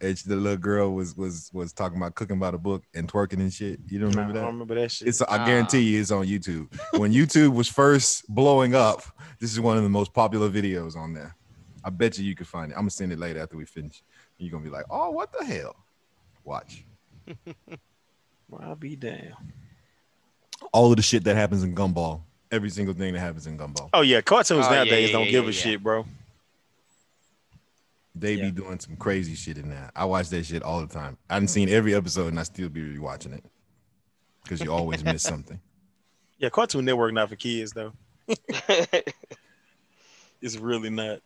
And she- the little girl was was was talking about cooking by the book and twerking and shit. You don't
Nah,
remember
I don't
that?
remember that shit.
It's I
Nah.
guarantee you it's on YouTube. When YouTube was first blowing up, this is one of the most popular videos on there. I bet you you could find it. I'm gonna send it later after we finish. You're gonna be like, oh, what the hell? Watch
Well, I'll be damned.
all of the shit that happens in Gumball. Every single thing that happens in Gumball.
Oh yeah, cartoons
Oh, yeah,
nowadays
yeah,
don't
yeah,
give
yeah,
a
yeah.
shit, bro.
They
Yeah.
be doing some crazy shit in that. I watch that shit all the time. I haven't seen every episode and I still be rewatching it because you always miss something.
Yeah, Cartoon Network not for kids though.
yeah,
It's really not.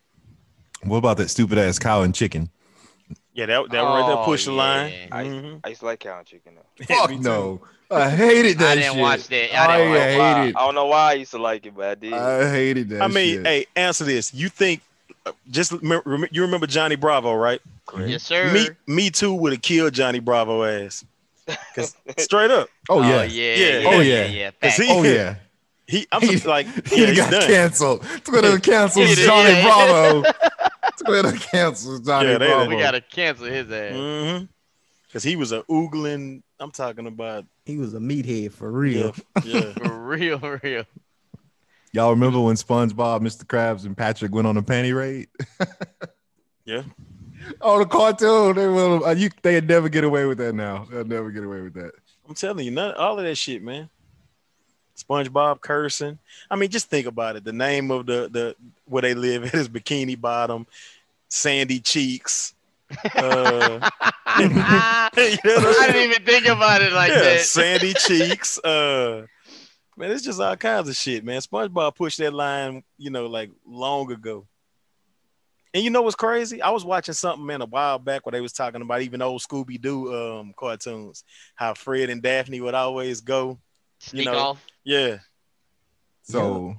What about that stupid ass cow and chicken?
Yeah, that that right there
Oh,
push the
yeah.
line.
I-
Mhm.
I used to like cow and chicken though.
Fuck
Me too.
no, I hated that.
I didn't
shit.
watch that. I didn't
yeah,
Why-
hate it.
I don't know why I used to like it, but I did.
I hated that.
I mean,
shit.
hey, answer this. You think uh, just remem- remem- you remember Johnny Bravo, right?
Yes, sir.
Me, me too would have killed Johnny Bravo ass. 'Cause straight up,
oh yeah,
Oh yeah.
Yeah.
Oh,
Oh
yeah.
yeah. Yeah.
Cause
Facts.
he-
oh yeah.
he I'm
He-
just like
He
yeah, he's
got
done.
canceled. Twitter canceled
Yeah,
Johnny
yeah.
Bravo. Twitter canceled Johnny
Yeah, they-
Bravo.
we gotta cancel his ass.
Mm-hmm. Cause he was a oogling. I'm talking about
He was a meathead for real.
yeah.
For real, for real.
Y'all remember when SpongeBob, Mr. Krabs, and Patrick went on a panty raid?
Yeah.
Oh, the cartoon. They will. Uh, you. They never get away with that now. They'll never get away with that.
I'm telling you, none all of that shit, man. SpongeBob cursing. I mean, just think about it. The name of the the where they live at is Bikini Bottom, Sandy Cheeks. Uh, you know
I
what I'm
didn't even think about it like
yeah,
that.
sandy cheeks. Uh, man, it's just all kinds of shit, man. SpongeBob pushed that line, you know, like long ago. And you know what's crazy? I was watching something, man, a while back where they was talking about even old Scooby Doo um, cartoons, how Fred and Daphne would always go.
Sneak
know.
off.
Yeah,
So,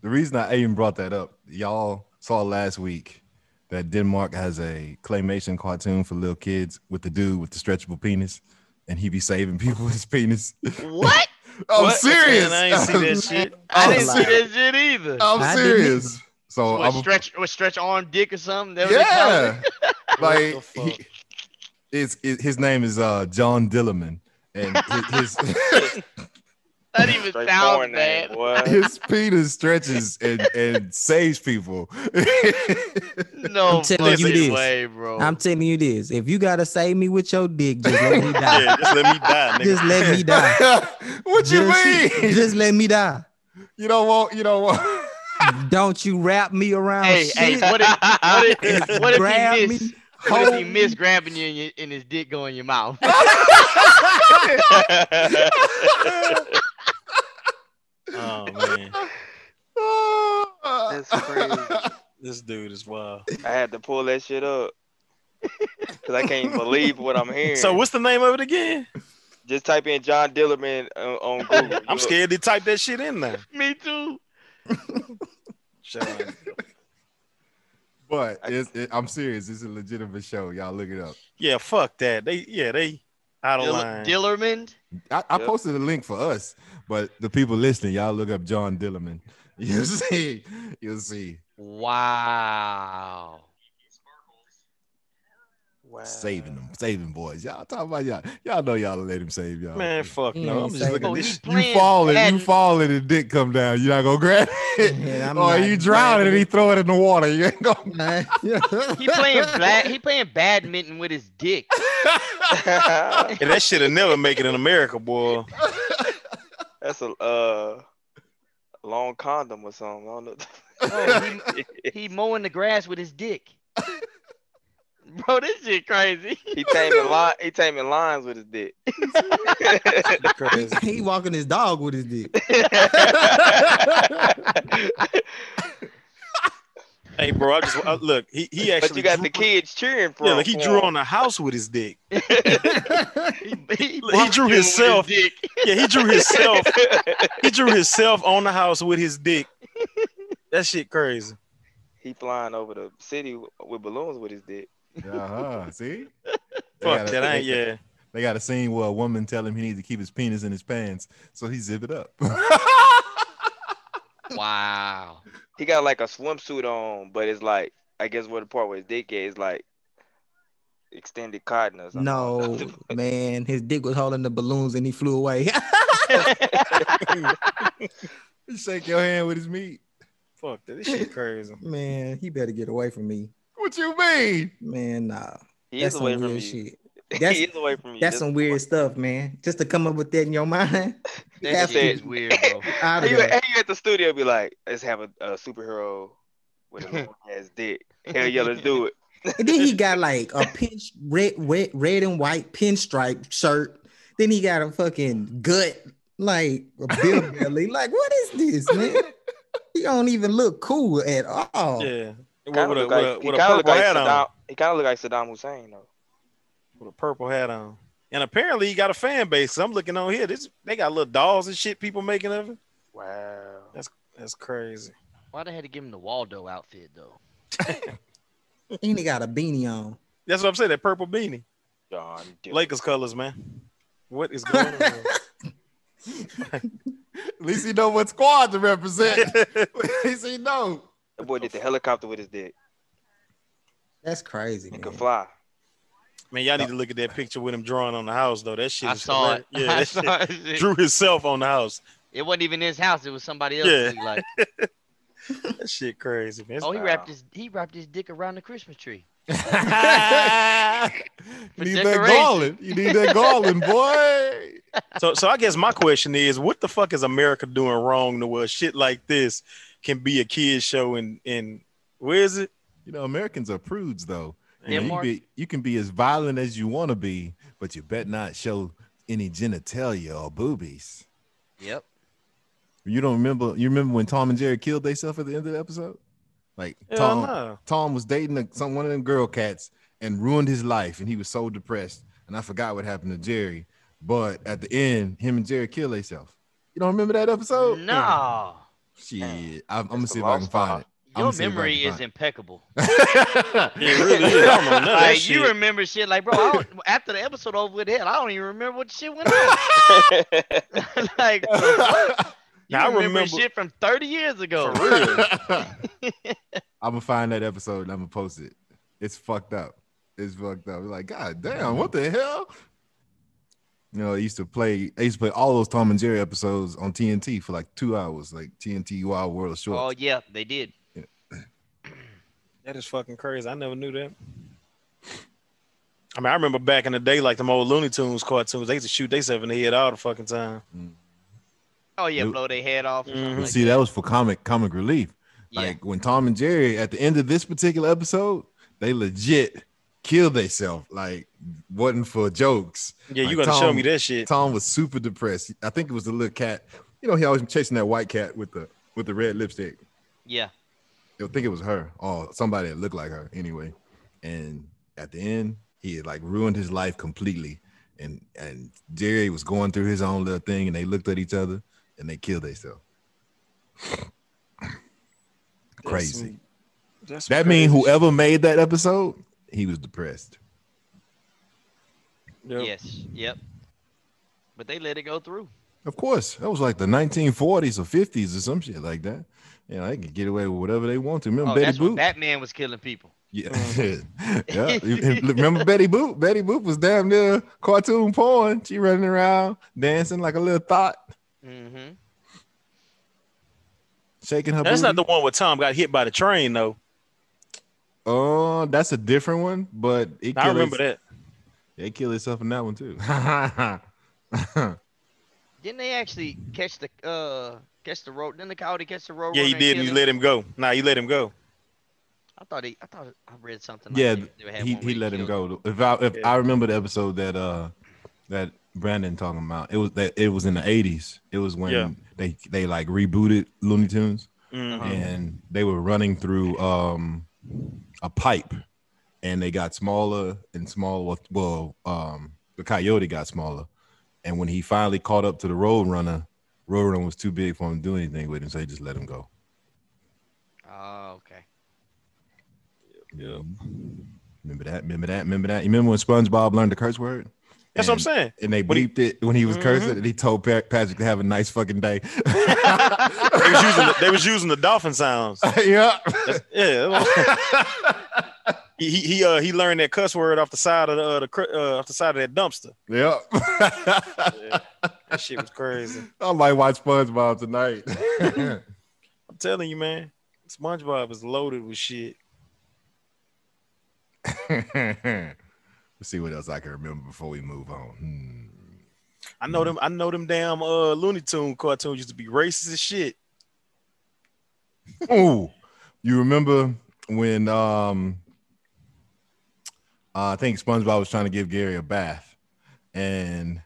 the reason I even brought that up, y'all saw last week that Denmark has a claymation cartoon for little kids with the dude with the stretchable penis, and he be saving people with his penis.
What?
I'm
What?
serious.
Man, I ain't see that shit.
I
I'm
didn't see
serious.
that shit either.
I'm
I didn't
serious. So
what
Oh, I'm
stretch what stretch arm dick or something? That was
yeah,
What
like
the fuck?
he, it's it, his name is uh John Dillerman, and his his,
That even
Straightforward
sounds
name,
bad.
boy.
his penis stretches and and saves people.
No
I'm telling you
fucking
this.
way, bro.
I'm telling you this: if you gotta save me with your dick, just let me die.
yeah. Just let me die, nigga.
Just let me die.
what you
just,
mean?
just let me die.
You don't want. You don't want.
Don't you wrap me around
Hey,
shit?
hey, what if, what if, what
grab
if he
me?
missed? What if he
Hold-
missed grabbing you and, you and his dick go in your mouth?
Oh man,
That's
crazy.
this dude is wild.
I had to pull that shit up because I can't believe what I'm hearing.
So what's the name of it again?
just type in John Dillerman uh, on Google.
I'm scared to type that shit in now.
me too.
But it's, it, I'm serious. It's a legitimate show. Y'all look it up.
Yeah, fuck that. They yeah they out of
Dill-
line.
Dillerman.
I, I
Yep.
posted a link for us, but the people listening, y'all look up John Dillerman. You'll see. You'll see.
Wow.
Wow.
Saving them, saving boys. Y'all talking about y'all. Y'all know y'all let him save y'all.
Man, fuck no. I'm
Yeah,
just looking
Oh,
at
he
this.
you
playing
fall and you
Madden.
fall and the dick come down. You're not gonna grab it.
Yeah, I'm
or
not
you drown it and
grabbing
he
it.
throw it in the water. You ain't gonna
He playing black. He playing badminton with his dick.
Yeah, that shit'll never make it in America, boy.
That's a uh, long condom or something. I don't know.
Oh, he, he mowing the grass with his dick. Bro, this shit crazy.
He taming li- he taming lines with his dick.
Crazy.
he walking his dog with his dick.
Hey, bro, I just I- look. He he actually.
but you got the
drew-
kids cheering for
Yeah,
him.
like he
for
drew
him.
on a house with his dick.
he, he,
He drew
barbecuing with his
himself.
dick.
Yeah, he drew himself. he drew himself on the house with his dick. That shit crazy.
He flying over the city w- with balloons with his dick.
uh-huh. See? They
Fuck
gotta-
that. I ain't,
they-
yeah.
They got a scene where a woman tell him he needs to keep his penis in his pants, so he zip it up.
Wow.
He got like a swimsuit on, but it's like I guess where the part where his dick is like extended cotton or something.
No, man, his dick was holding the balloons and he flew away.
He Shake your hand with his meat.
Fuck that. This shit crazy.
man, he better get away from me.
What you mean?
Man, nah.
he
that's
is
some
away
weird
from you.
shit.
he
That's-
is away from you.
That's some weird stuff, man. Just to come up with that in your mind.
That shit is weird, bro.
Out
Hey,
of
you, hey,
there.
you at the studio be like, let's have a, a superhero with a long ass dick. Hell yeah, let's do it.
And then he got like a pinch red, red, red and white pinstripe shirt. Then he got a fucking gut, like a bill belly. Like, what is this, man? He don't even look cool at all.
Yeah. With,
Kinda
with, a,
look
with,
like-
a,
He
with a
kind of look
purple
like
hat on.
Saddam. He kind of look like Saddam Hussein though.
With a purple hat on. And apparently he got a fan base. 'cause I'm looking on here. This they got little dolls and shit people making of it.
Wow.
That's crazy.
Why they had to give him the Waldo outfit though?
And he got a beanie on.
That's what I'm saying. That purple beanie.
John. Dillon.
Lakers colors, man. What is going on?
At least he know what squad to represent. At least he know.
that boy did the helicopter with his dick
That's crazy,
and
man.
could fly.
Man, y'all need to look at that picture with him drawing on the house though. That shit
I
is
saw it.
hilarious. Yeah,
I
that shit-
saw it.
drew himself on the house.
It wasn't even his house. It was somebody else.
Yeah.
Like,
That shit crazy, man.
oh, he wrapped
Wow.
his he wrapped his dick around the Christmas tree.
you
For
need that
decoration.
garland. You need that garland, boy.
So, so I guess my question is, what the fuck is America doing wrong to where shit like this can be a kids show and and where is it?
You know, Americans are prudes though. You, know, you,
Denmark.
be, you can be as violent as you want to be, but you bet not show any genitalia or boobies.
Yep.
You don't remember? You remember when Tom and Jerry killed themselves at the end of the episode? Like
Hell
Tom,
no.
Tom was dating a, some one of them girl cats and ruined his life, and he was so depressed. And I forgot what happened to Jerry, but at the end, him and Jerry killed themselves. You don't remember that
Oh,
episode?
no.
Shit, I'm, I'm gonna
That's
see
the
if I can
lost
find it. I'ma
Your
see if I
memory
can
is
find
impeccable.
it.
Yeah, it really is. I don't know none of that
Like,
shit.
you remember shit like, bro. I don't, after the episode over with, hell, I don't even remember what shit went on. like, you
Now, I
remember,
remember-
shit from thirty years ago.
For real.
I'm gonna find that episode and I'm gonna post it. It's fucked up. It's fucked up. It's like, God damn, what the hell? You know, I used to play. I used to play all those Tom and Jerry episodes on TNT for like two hours, like TNT Wild World of
Oh
Shorts.
yeah, they did.
That is fucking crazy. I never knew that. I mean, I remember back in the day, like them old Looney Tunes cartoons, they used to shoot themselves in the head all the fucking time.
Oh yeah,
Nope.
blow their head off. or something
Mhm.
But
like
see, that was for comic comic relief.
Yeah.
Like when Tom and Jerry at the end of this particular episode, they legit killed themselves. Like wasn't for jokes.
Yeah, you
Like,
gonna show
Tom-
me that shit?
Tom was super depressed. I think it was the little cat. You know, he always chasing that white cat with the with the red lipstick.
yeah.
I think it was her or somebody that looked like her anyway. And at the end, he had like ruined his life completely. And and Jerry was going through his own little thing, and they looked at each other and they killed themselves.
That's
Crazy.
some- that's
That means
crazy.
whoever made that episode, he was depressed.
Yep.
Yes. Yep. But they let it go through.
Of course, that was like the 1940s or 50s or some shit like that. You know, they could get away with whatever they want to. Remember
Oh,
Betty
that's when
Boop?
Batman was killing people.
Yeah. yeah. You- you Remember Betty Boop? Betty Boop was damn near cartoon porn. She running around dancing like a little thought,
Mm-hmm.
shaking her.
That's not
booty.
the one where Tom got hit by the train though.
Oh, that's a different one, but it
I
kill
remember
its-
that.
It killed itself in that one too.
Didn't they actually catch the uh catch the road? Didn't the coyote catch the road?
Yeah, he
runner and
did.
kill
and He
him?
let him go. Nah, he let him go.
I thought he. I thought I read something.
yeah,
like they, they had
he,
one where
he let him
killed
go. If I if
Yeah.
I remember the episode that uh that Brandon talking about, it was that it was in the eighties. It was when
Yeah.
they they like rebooted Looney Tunes.
Mhm.
Uh-huh.
and they were running through um a pipe and they got smaller and smaller well um the coyote got smaller and when he finally caught up to the roadrunner roadrunner was too big for him to do anything with him so he just let him go
Oh, okay.
yeah remember that remember that remember that you remember when spongebob learned the curse word
That's what I'm
And-
saying.
and they
When he-
bleeped it when he was
Mhm.
cursing and he told Pa- patrick to have a nice fucking day
They was using the, they was using the dolphin sounds.
yeah
That's- yeah. he he he, uh, he learned that cuss word off the side of the, uh, the cr- uh, off the side of that dumpster.
yeah
That shit was crazy.
I might watch SpongeBob tonight.
I'm telling you, man. SpongeBob is loaded with shit.
Let's see what else I can remember before we move on. Hmm.
I
Mm.
know them. I know them damn uh, Looney Tune cartoons used to be racist as shit.
Hmm. Ooh, you remember when um, uh, I think SpongeBob was trying to give Gary a bath, and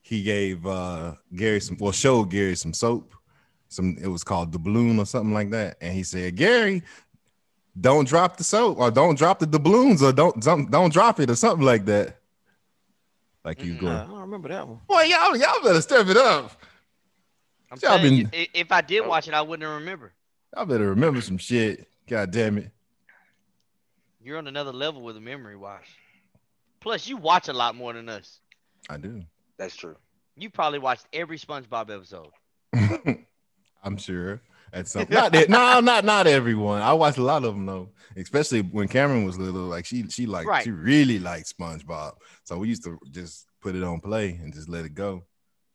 he gave uh, Gary some, well, showed Gary some soap. Some it was called doubloon or something like that, and he said, "Gary, don't drop the soap, or don't drop the doubloons, or don't don't, don't drop it, or something like that." Like you
Mm-mm.
go,
Nah, I don't remember that one.
Boy, y'all, y'all better step it up.
I'm
Y'all
telling you,
been-
i- if I
Oh.
did watch it, I wouldn't remember.
Y'all better remember some shit. God damn it.
You're on another level with a memory wash. Plus, you watch a lot more than us.
I do.
That's true.
You probably watched every SpongeBob episode.
I'm sure. At some not that, no, not not everyone. I watched a lot of them though, especially when Cameron was little. Like she she liked
Right.
she really liked SpongeBob. So we used to just put it on play and just let it go.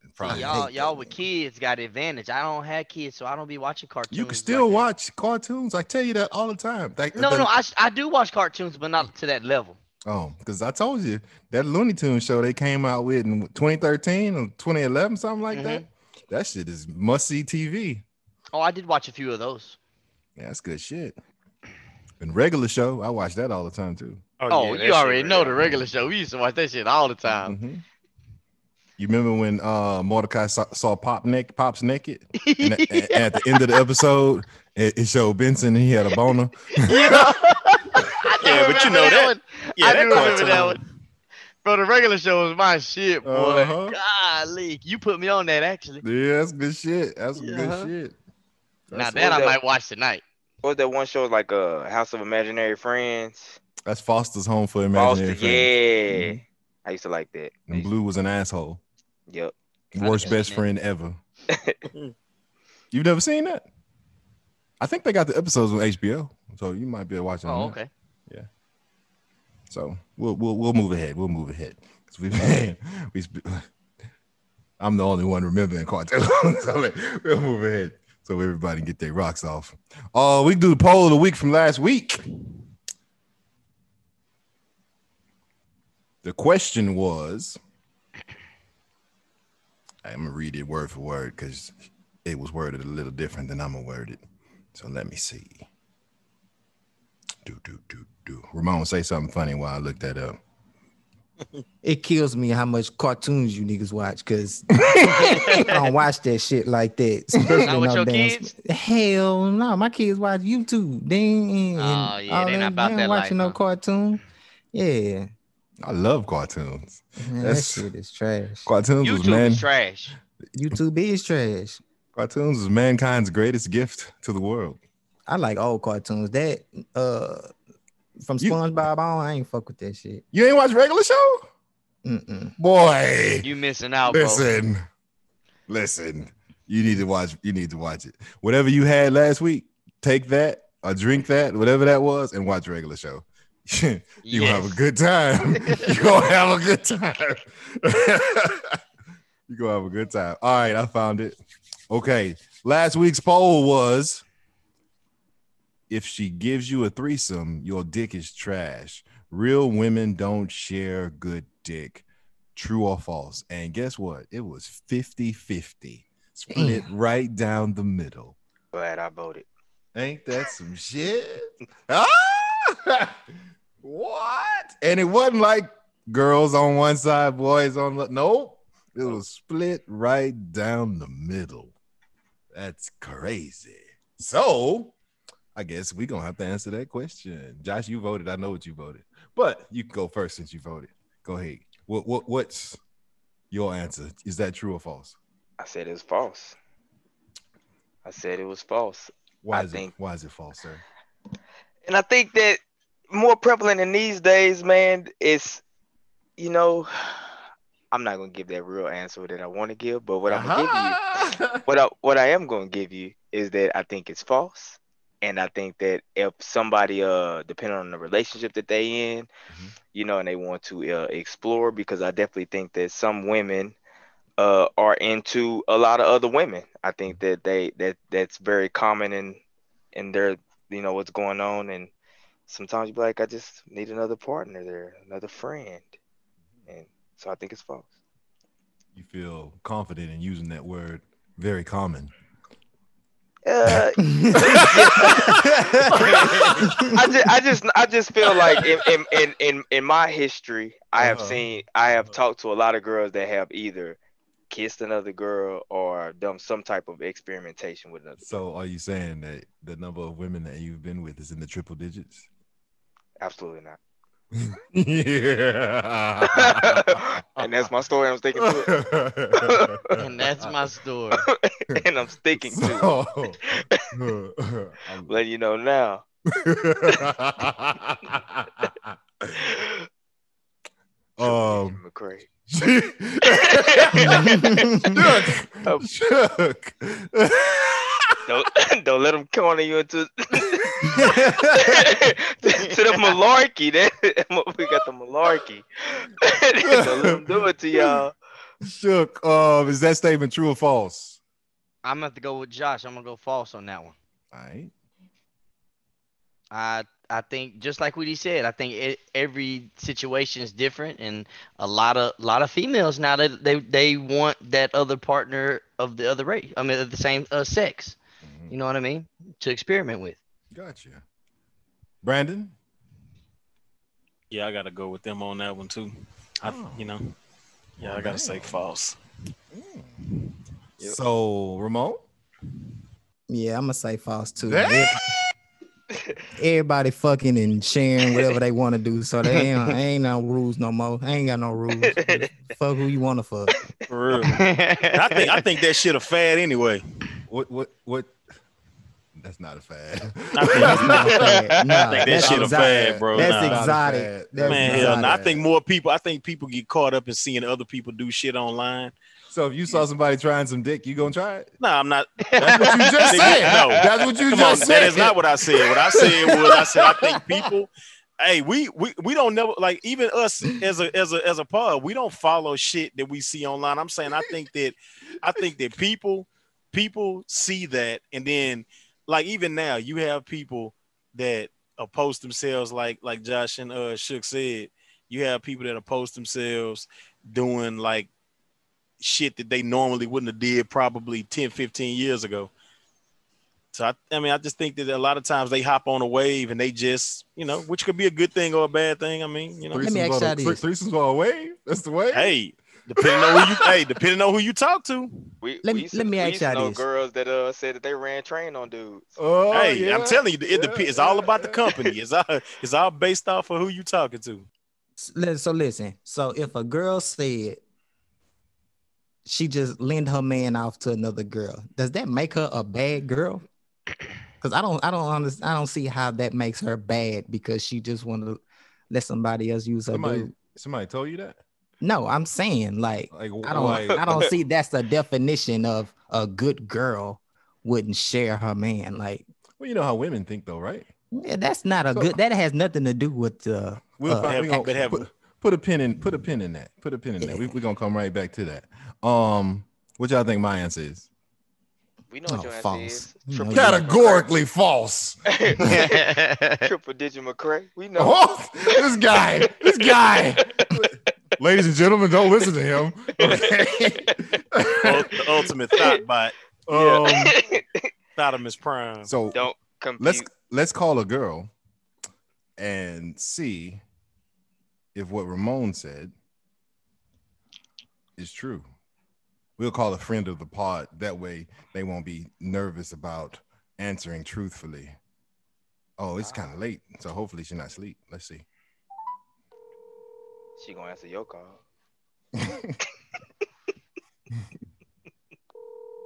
And
See,
probably
y'all,
hate
y'all
that
with
thing.
kids got advantage. I don't have kids, so I don't be watching cartoons.
You can
like
still
that.
watch cartoons. I tell you that all the time. Like,
No,
the-
no, I, s- I do watch cartoons, but not to that level.
Oh, because I told you that Looney Tunes show they came out with in 2013 or 2011, something like that.
Mm-hmm.
That shit is must see TV.
Oh, I did watch a few of those.
Yeah, that's good shit. And regular show, I watch that all the time too.
Oh,
yeah, that
you
shit
already
right
know the
there.
regular show. We used to watch that shit all the time.
Mhm. You remember when uh Mordecai saw, saw Pop Nick Pops naked, and, a- a- at the end of the episode, it, it showed Benson and he had a boner.
Yeah. I do
Yeah, but you
remember
know that-
one.
Yeah,
I
that
do remember that
cartoon.
one. Bro, the regular show was my shit, boy.
Uh-huh.
Golly, you put me on that actually.
Yeah, that's good shit. That's some
Yeah.
good shit.
Now
That's,
that I
that-
might watch tonight.
What was that one show like uh House of Imaginary Friends?
that's Foster's Home for
Foster,
Imaginary
yeah.
Friends.
I used to like that.
And Blue was an asshole.
Yep.
I
Worst
never
best
seen it.
friend ever. You've never seen that? I think they got the episodes on HBO, so you might be watching.
Oh,
that.
okay.
So we'll we'll we'll move ahead. We'll move ahead 'Cause we we. sp- I'm the only one remembering cartoons, so we'll move ahead so everybody can get their rocks off. Oh, we can do the poll of the week from last week. The question was, I'm gonna read it word for word because it was worded a little different than I'm gonna word it. So let me see. Do do do do. Ramon, say something funny while I look that up.
It kills me how much cartoons you niggas watch because I don't watch that shit like that. especially
Not with
no
your
damn-
kids?
Hell no, my kids watch YouTube. They ain't,
Oh,
and
yeah,
all
they
that.
not about
ain't
that
watching
life,
no
huh?
cartoon. Yeah,
I love cartoons.
Man, that
That's-
shit is trash.
Cartoons was
YouTube
man.
is trash.
YouTube is trash.
cartoons was mankind's greatest gift to the world.
I like old cartoons. That uh, from
You-
SpongeBob on, I ain't fuck with that shit.
You ain't watch regular show,
Mm-mm.
boy.
You missing out, bro.
listen, listen. You need to watch. You need to watch it. Whatever you had last week, take that or drink that, whatever that was, and watch regular show. you gonna have a
Yes.
good time. you gonna have a good time. you gonna have a good time. All right, I found it. Okay, last week's poll was: if she gives you a threesome, your dick is trash. Real women don't share good dick. True or false? And guess what? It was 50 50. Split right down the middle.
Glad I voted.
Ain't that some shit? Ah! what? And it wasn't like girls on one side, boys on the nope. It was split right down the middle. That's crazy. So I guess we're gonna have to answer that question. Josh, you voted. I know what you voted, but you can go first since you voted. Go ahead. What what what's your answer? Is that true or false?
I said it was false. I said it was false.
Why
I
is
think-
it why is it false, sir?
and I think that more prevalent in these days, man, is you know, I'm not gonna give that real answer that I want to give, but what I'm
Uh-huh.
gonna
give
give you, what I what I am gonna give you is that I think it's false, and I think that if somebody, uh, depending on the relationship that they in,
Mhm.
you know, and they want to uh, explore, because I definitely think that some women. Uh, are into a lot of other women. I think that they that that's very common in in their you know what's going on and sometimes you be like i just need another partner there another friend and so i think it's false
you feel confident in using that word very common
uh, I just, I just, I just feel like in in in in, in my history, I have
Uh-huh.
seen, I have
Uh-huh.
talked to a lot of girls that have either kissed another girl or done some type of experimentation with another.
so are you saying that the number of women that you've been with is in the triple digits
Absolutely not.
yeah
and that's my story. I'm sticking to
And that's my story.
it, and I'm sticking to
so,
it. Let you know now.
um
McCray.
shook, shook.
Don't don't let them corner you into to the malarkey. That we got the malarkey. don't let them do it to y'all.
shook. Um, is that statement true or false?
I'm gonna have to go with Josh. I'm gonna go false on that one.
All right.
I I think just like what he said, I think e- every situation is different, and a lot of lot of females now that they, they want that other partner of the other race. I mean, of the same uh, sex.
mm-hmm.
You know what I mean? To experiment with.
Gotcha. Brandon?
Yeah, I gotta go with them on that one too. I,
Oh.
you know, yeah,
Well,
Oh,
I gotta say
damn.
false.
Yep.
So Ramon?
Yeah, I'm gonna say false too.
Damn.
Everybody fucking and sharing whatever they want to do, so they ain't, ain't no rules no more. ain't got no rules. Just fuck who you want to fuck.
For real. I think I think that shit a fad anyway.
What what what that's not a fad.
I think
That's not fair. Nah,
I think that
that's
shit a
exotic.
fad, bro.
That's
Nah.
exotic. That's
Man,
exotic.
hell no. I think more people. I think people get caught up in seeing other people do shit online.
so if you saw somebody trying some dick, you gonna try it?
No, I'm not.
That's what you just
Nigga,
said.
no.
That's what you
Come on,
just said.
that is not what I said. What I said was I said I think people. Hey, we we we don't never like even us as a as a as a pod. We don't follow shit that we see online. I'm saying I think that I think that people people see that and then like even now you have people that oppose themselves like like Josh and uh Shook said. You have people that oppose themselves doing like shit that they normally wouldn't have did probably 10, 15 years ago. So I, I mean, I just think that a lot of times they hop on a wave and they just, you know, which could be a good thing or a bad thing. I mean, you know,
me ask
are
y'all
the,
this.
threesomes are away. That's the way.
hey, depending on who you, hey, depending on who you talk to.
We,
Let
we
me-
used to-
let me
we
ask
used to
y'all
know
this.
girls that uh said that they ran train on dudes.
Oh,
hey,
yeah,
I'm telling you, it depends.
yeah,
It's all
yeah,
about the
yeah.
company. It's all, it's all based off of who you talking to.
S- li- So listen, so if a girl said she just lend her man off to another girl, does that make her a bad girl? Because I don't, I don't understand. I don't see how that makes her bad because she just want to let somebody else use her.
Somebody,
dude.
somebody told you that?
No, I'm saying like
Like,
I don't,
like
I don't see that's the definition of a good girl wouldn't share her man. Like
well, you know how women think though, right?
yeah, that's not a
So-
good. That has nothing to do with uh,
We'll
Uh,
find,
have-
we gonna
but have-
put, put a pin in put a pin in that. Put a pin in that. We, we're gonna come right back to that. Um, what y'all think my answer is?
We know what
Oh,
your answer
false.
is.
You know
Triple
you-
Categorically false.
Triple Digit McCray. We know.
Oh, this guy, this guy. Ladies and gentlemen, don't listen to him.
Ul-
Okay.
the ultimate thought bot,
um,
Oh.
Thotamus Prime.
so
Don't compute.
let's let's call a girl and see if what Ramon said is true. We'll call a friend of the pod. That way they won't be nervous about answering truthfully. Oh, it's kind of late. So hopefully she's not asleep. Let's see.
She gonna answer your call.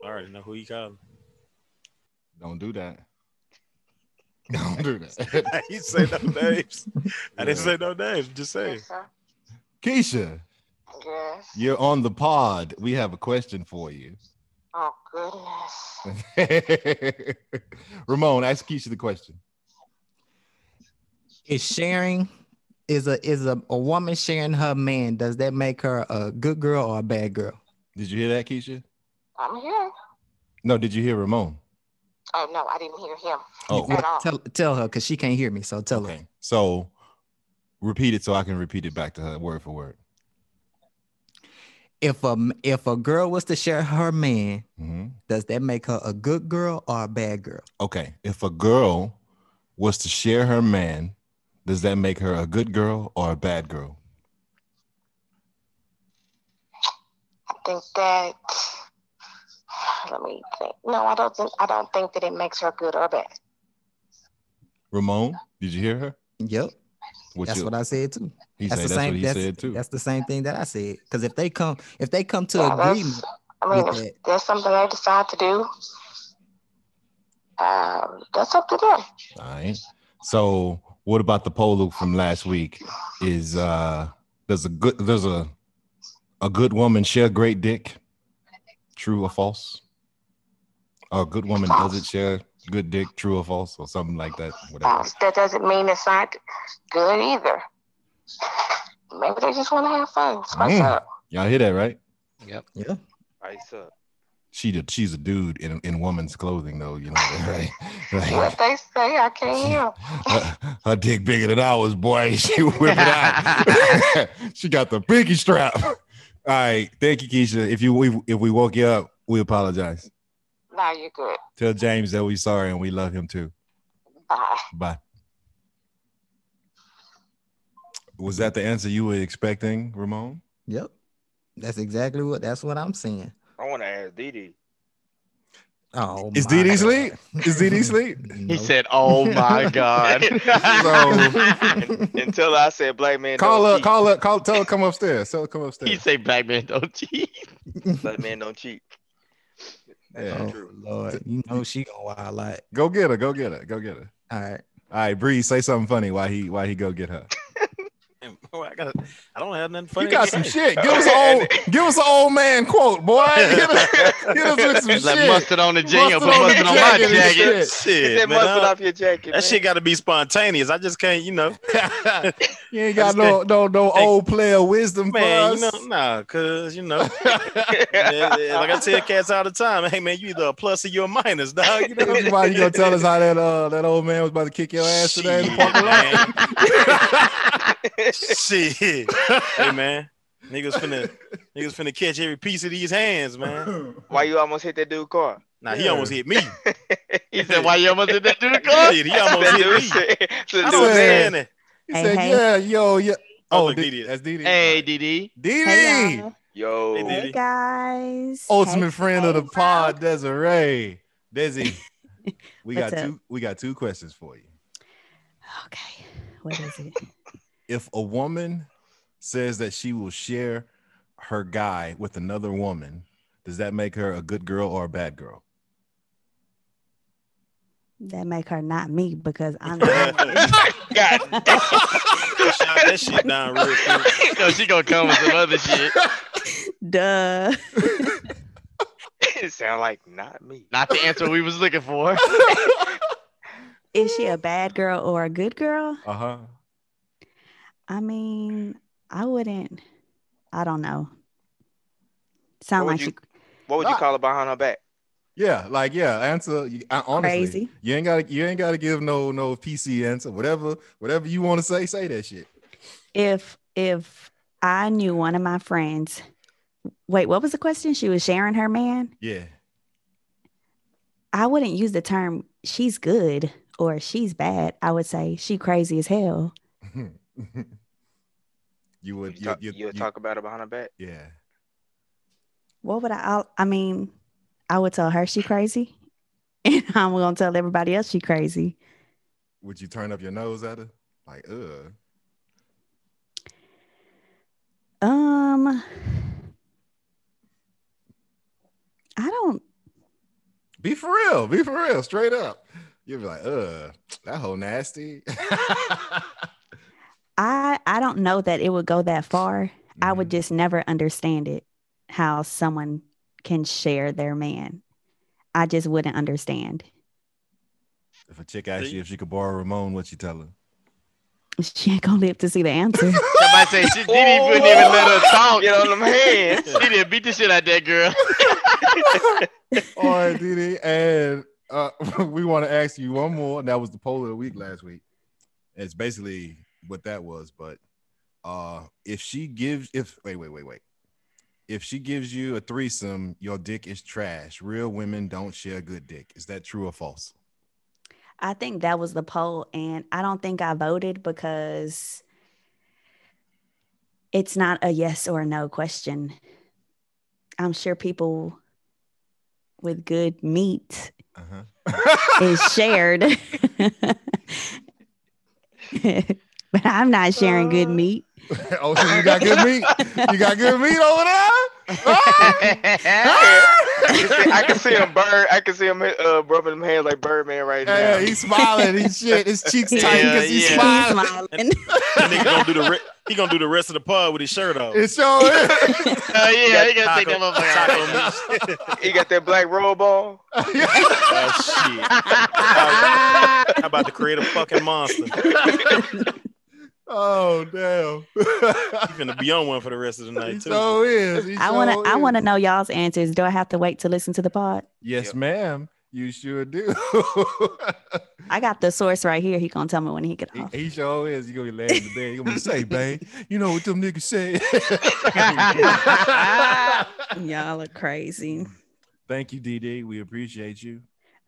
I already know who you calling.
Don't do that. Don't do that.
he said no names. I didn't
Yeah.
say no names. Just saying.
Keisha,
Yes.
you're on the pod. We have a question for you.
Oh goodness.
Ramon, ask Keisha the question.
is sharing is a is a, a woman sharing her man does that make her a good girl or a bad girl
Did you hear that, Keisha?
I'm here.
No, did you hear Ramon?
Oh no, I didn't hear him.
Oh,
At all.
tell tell her because she can't hear me so tell her
okay. So repeat it so I can repeat it back to her word for word.
if a m- if a girl was to share her man
Mhm.
does that make her a good girl or a bad girl
Okay. If a girl was to share her man, does that make her a good girl or a bad girl?
I think that. Let me think. No, I don't think. I don't think that it makes her good or bad.
Ramon, did you hear her?
yep that's
you-
what i said too
he
that's
said.
the
That's
same
what he
that's,
said too.
that's the same thing that i said because if they come if they come to
Yeah,
agreement
that's, I mean,
with
if
that.
that's something they decide to do, um, that's up to them.
All right. So what about the poll from last week? Is uh there's a good there's a a good woman share great dick? True or false? Or a good woman does it share good dick, true or false, or something like that. Whatever.
Uh, that doesn't mean it's not good either. Maybe they just want to have fun. uh, Spice
Mm.
up.
Y'all hear that, right?
Yep.
yeah
Ice up.
She did, she's a dude in in woman's clothing though, you know, right?
What
Like,
they say, I can't hear. 'em.
her, her dick bigger than ours, boy. She whip it out. she got the pinky strap. All right, thank you, Keisha. If you we, if we woke you up, we apologize.
No, you're good.
Tell James that we sorry and we love him too.
Bye.
Bye. Was that the answer you were expecting, Ramon?
yep that's exactly what that's what i'm saying
I want to ask Didi.
oh
Is
my
Dee Dee
God.
asleep? Is Dee Dee asleep?
He
Nope.
said, "Oh my god."
Until I said black man
Call
don't
up,
cheat.
call up, call. Tell her come upstairs. Tell her come
he
upstairs.
say, "Black man don't cheat."
Black man don't cheat.
Yeah.
oh, Lord, you know she gonna wild like.
Go get her. Go get her. Go get her.
All right,
All right, Bree, say something funny while he while he go get her.
Damn, boy, I, gotta, I don't have nothing funny.
You got
to
some
say.
shit. Give us an old, give us an old man quote, boy. Hit us, hit us with some
It's like
shit.
mustard on the jingle,
Mustard
but
on the
mustard on my
jacket and
jacket.
shit.
Shit,
Get that
man,
mustard
I-
off your jacket. man.
that shit got to be spontaneous. I just can't, you know.
You ain't
I
got
just
no no no
Hey,
old player wisdom
Man, you
for
know,
us.
nah, cause you know, yeah, yeah, like I tell cats all the time, hey man, you either a plus or you're a minus, dog. You know
That's why you gonna tell us how that uh that old man was about to kick your ass today in the
Shit,
parking lot?
man. Shit. hey man, Niggas finna niggas finna catch every piece of these hands, man.
Why you almost hit that dude car?
Now he
Yeah.
almost hit me.
He said, "Why you almost did that to the car?"
Shit, he almost
That
hit
dude
me.
said, so the
I
dude
was
said,
saying it.
He
Hey,
said,
hey.
"Yeah, yo, yeah."
Oh,
Oh,
look,
Didi.
Didi.
That's Didi.
Hey, DD.
Didi,
Hey, y'all.
yo,
Hey,
Hey
Diddy.
guys.
ultimate
Hey,
friend of
hey,
the pod, Desiree. Desi, we got
What's up?
two. We got two questions for you.
y'all. Okay. What is it?
If a woman says that she will share her guy with another woman, does that make her a good girl or a bad girl?
that make her not me because I'm the
God.
Shot that shit down real quick.
So she gonna come with some other shit.
one. Duh.
it sound like not me.
Not the answer we was looking for.
Is she a bad girl or a good girl?
Uh huh.
Uh-huh.
I mean, I wouldn't. I don't know. Sound
What
like
would
she
What would you
Not-
call her behind her back?
Yeah, like yeah. Answer you- I, honestly.
crazy.
You ain't got to. You ain't got to give no no PC answer. Whatever whatever you want to say, say that shit.
If if I knew one of my friends, wait, what was the question? She was sharing her man.
Yeah.
I wouldn't use the term she's good or she's bad. I would say she crazy as hell.
you
You
would. You,
talk,
you,
you'll
you-
talk about her behind her back.
Yeah.
What would I? I'll- I mean, I would tell her she crazy, and I'm gonna tell everybody else she crazy.
Would you turn up your nose at her? Like, uh.
Um, I don't.
Be for real. Be for real. Straight up. You'll be like, uh, that whole nasty.
I I don't know that it would go that far. I would just never understand it how someone can share their man. I just wouldn't understand.
If a chick asks you if she could borrow Ramon, what you tell her?
She ain't gonna live to see the answer.
Somebody say she Diddy wouldn't even let her talk.
Oh. Get on them hands.
She didn't beat the shit out that girl.
All right, Didi. And uh, we want to ask you one more. That was the poll of the week last week. It's basically what that was. But uh, if she gives, if wait, wait, wait, wait. If she gives you a threesome, your dick is trash. Real women don't share good dick. Is that true or false?
I think that was the poll, and I don't think I voted because it's not a yes or a no question. I'm sure people with good meat
Uh
is shared, but I'm not sharing good
Uh.
meat.
huh. oh, so you got good meat. You got good meat over there. Ah!
I can see- I can see him bird. I can see him uh, rubbing them hands like Birdman right now.
Yeah, he's smiling. He's shit. His cheeks tight
Yeah,
because he's
yeah.
smiling.
smiling.
That nigga gonna do the re- he gonna do the rest of the pod with his shirt off.
It's showing.
Oh yeah, you gotta take
Taco-
that motherfucker out.
taco meat.
he got that black robe on.
Oh, shit.
I
I'm about to create a fucking monster.
oh damn.
He's gonna be on one for the rest of the
he
night too.
so is. He
I wanna,
so
I
is.
wanna know y'all's answers. Do I have to wait to listen to the pod?
Yes,
Yep.
ma'am. You sure do.
I got the source right here. He gonna tell me when he get
he,
off.
he sure is. You gonna be laying in the bed. You gonna be say, babe. You know what them niggas said.
Y'all are crazy.
Thank you, DD. We appreciate you.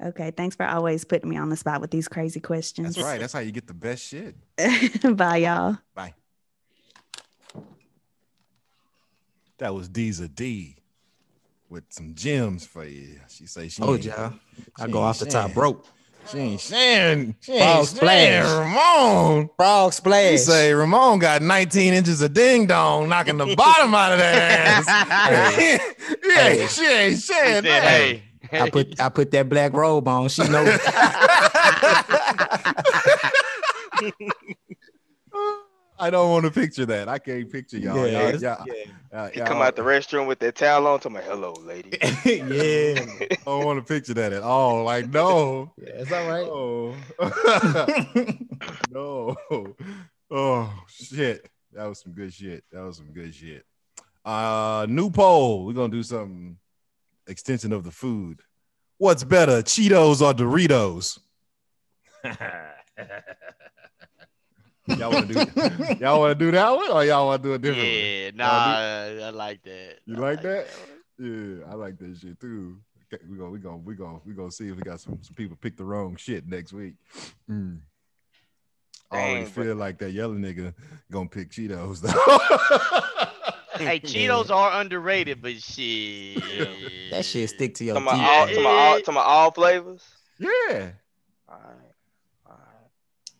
Okay, thanks for always putting me on the spot with these crazy questions.
That's right. That's how you get the best shit.
Bye, y'all.
Bye. That was Dee's a D with some gems for you. She say she
Oh,
ain't-
y'all. I
she
go
ain't
off the top
saying-
broke.
She ain't saying she ain't
Balls
saying Ramon.
Frog
She
splash.
say Ramon got 19 inches of ding dong knocking the bottom out of that ass. yeah,
Hey.
she ain't saying
said,
that.
hey.
I put I put that black robe on. She knows.
I don't want to picture that. I can't picture y'all.
Yeah,
Y'all-
it's-
y'all-
Yeah.
y'all-
He
y'all-
come out the restroom with that towel on. Tell me, hello, lady.
yeah.
I don't want to picture that at all. Like, no.
Yeah, it's all right.
No. no. Oh shit. That was some good shit. That was some good shit. Uh new poll. We're gonna do some extension of the food. What's better, Cheetos or Doritos? Y'all want to do y'all want to do that one or y'all want to do a different one?
Yeah, nah, I like that.
You
I
like that? Yeah, I like that shit too. Okay, we gonna we gonna we gonna we gonna see if we got some, some people pick the wrong shit next week. Mm. I already
Dang, bro.
feel like that yellow nigga gonna pick Cheetos though.
Hey, Cheetos are underrated, but shit.
That shit stick to your
To
teeth.
my all, to my all, to my all flavors.
yeah,
All right. All right.